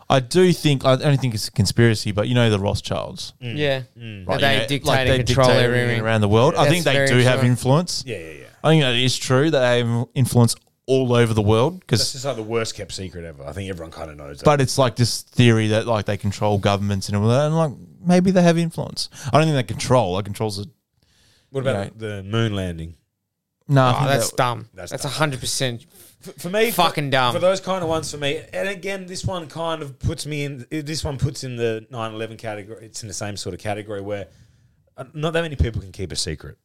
I do think I don't think it's a conspiracy, but you know the Rothschilds.
Yeah. That
Like,
they
you know,
dictate
like
and
they
control
dictate
everything.
around the world. I
That's
think they
very
do have
true.
influence.
Yeah, yeah, yeah.
I think that is true that they have influence all over the world
That's
because
just like the worst kept secret ever. I think everyone kind of knows. that.
but it's like this theory that like they control governments and all that and like maybe they have influence. I don't think they control. Like controls it.
what about the moon landing?
No, I
Oh,
think
that's
that-
dumb.
that's
That's
dumb.
hundred percent.
For, for me, for-
Fucking dumb.
For those kind of ones, for me, and again, this one kind of puts me in. This one puts in the 9-11 category. It's in the same sort of category where uh, not that many people can keep a secret.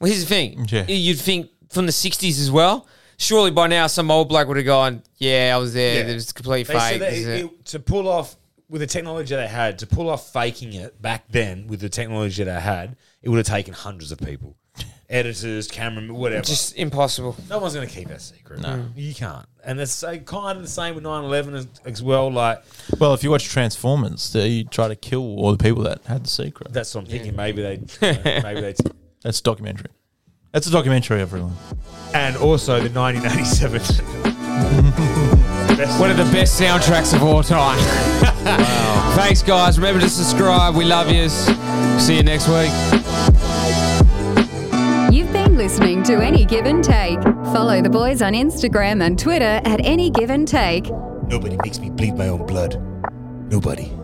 Well, here's the thing.
Yeah.
You'd think from the '60s as well. Surely by now, some old bloke would have gone, "Yeah, I was there.
Yeah.
It was complete
They
fake."
said that
This is
it-
it."
it- to pull off with the technology they had, to pull off faking it back then with the technology they had, it would have taken hundreds of people, editors, cameramen, whatever.
Just impossible.
no one's going to keep that secret. No, you can't. And it's so kind of the same with 9-11 as, as well. Like
Well, if you watch Transformers, they try to kill all the people that had the secret.
that's what I'm thinking. Maybe they, you know, maybe they.
That's a documentary. That's a documentary, everyone.
and also the 1987. Best-
One of the best soundtracks of all time. Thanks, guys. Remember to subscribe. We love yous. See you next week.
You've been listening to Any Give and Take. Follow the boys on Instagram and Twitter at Any Give and Take.
Nobody makes me bleed my own blood. Nobody.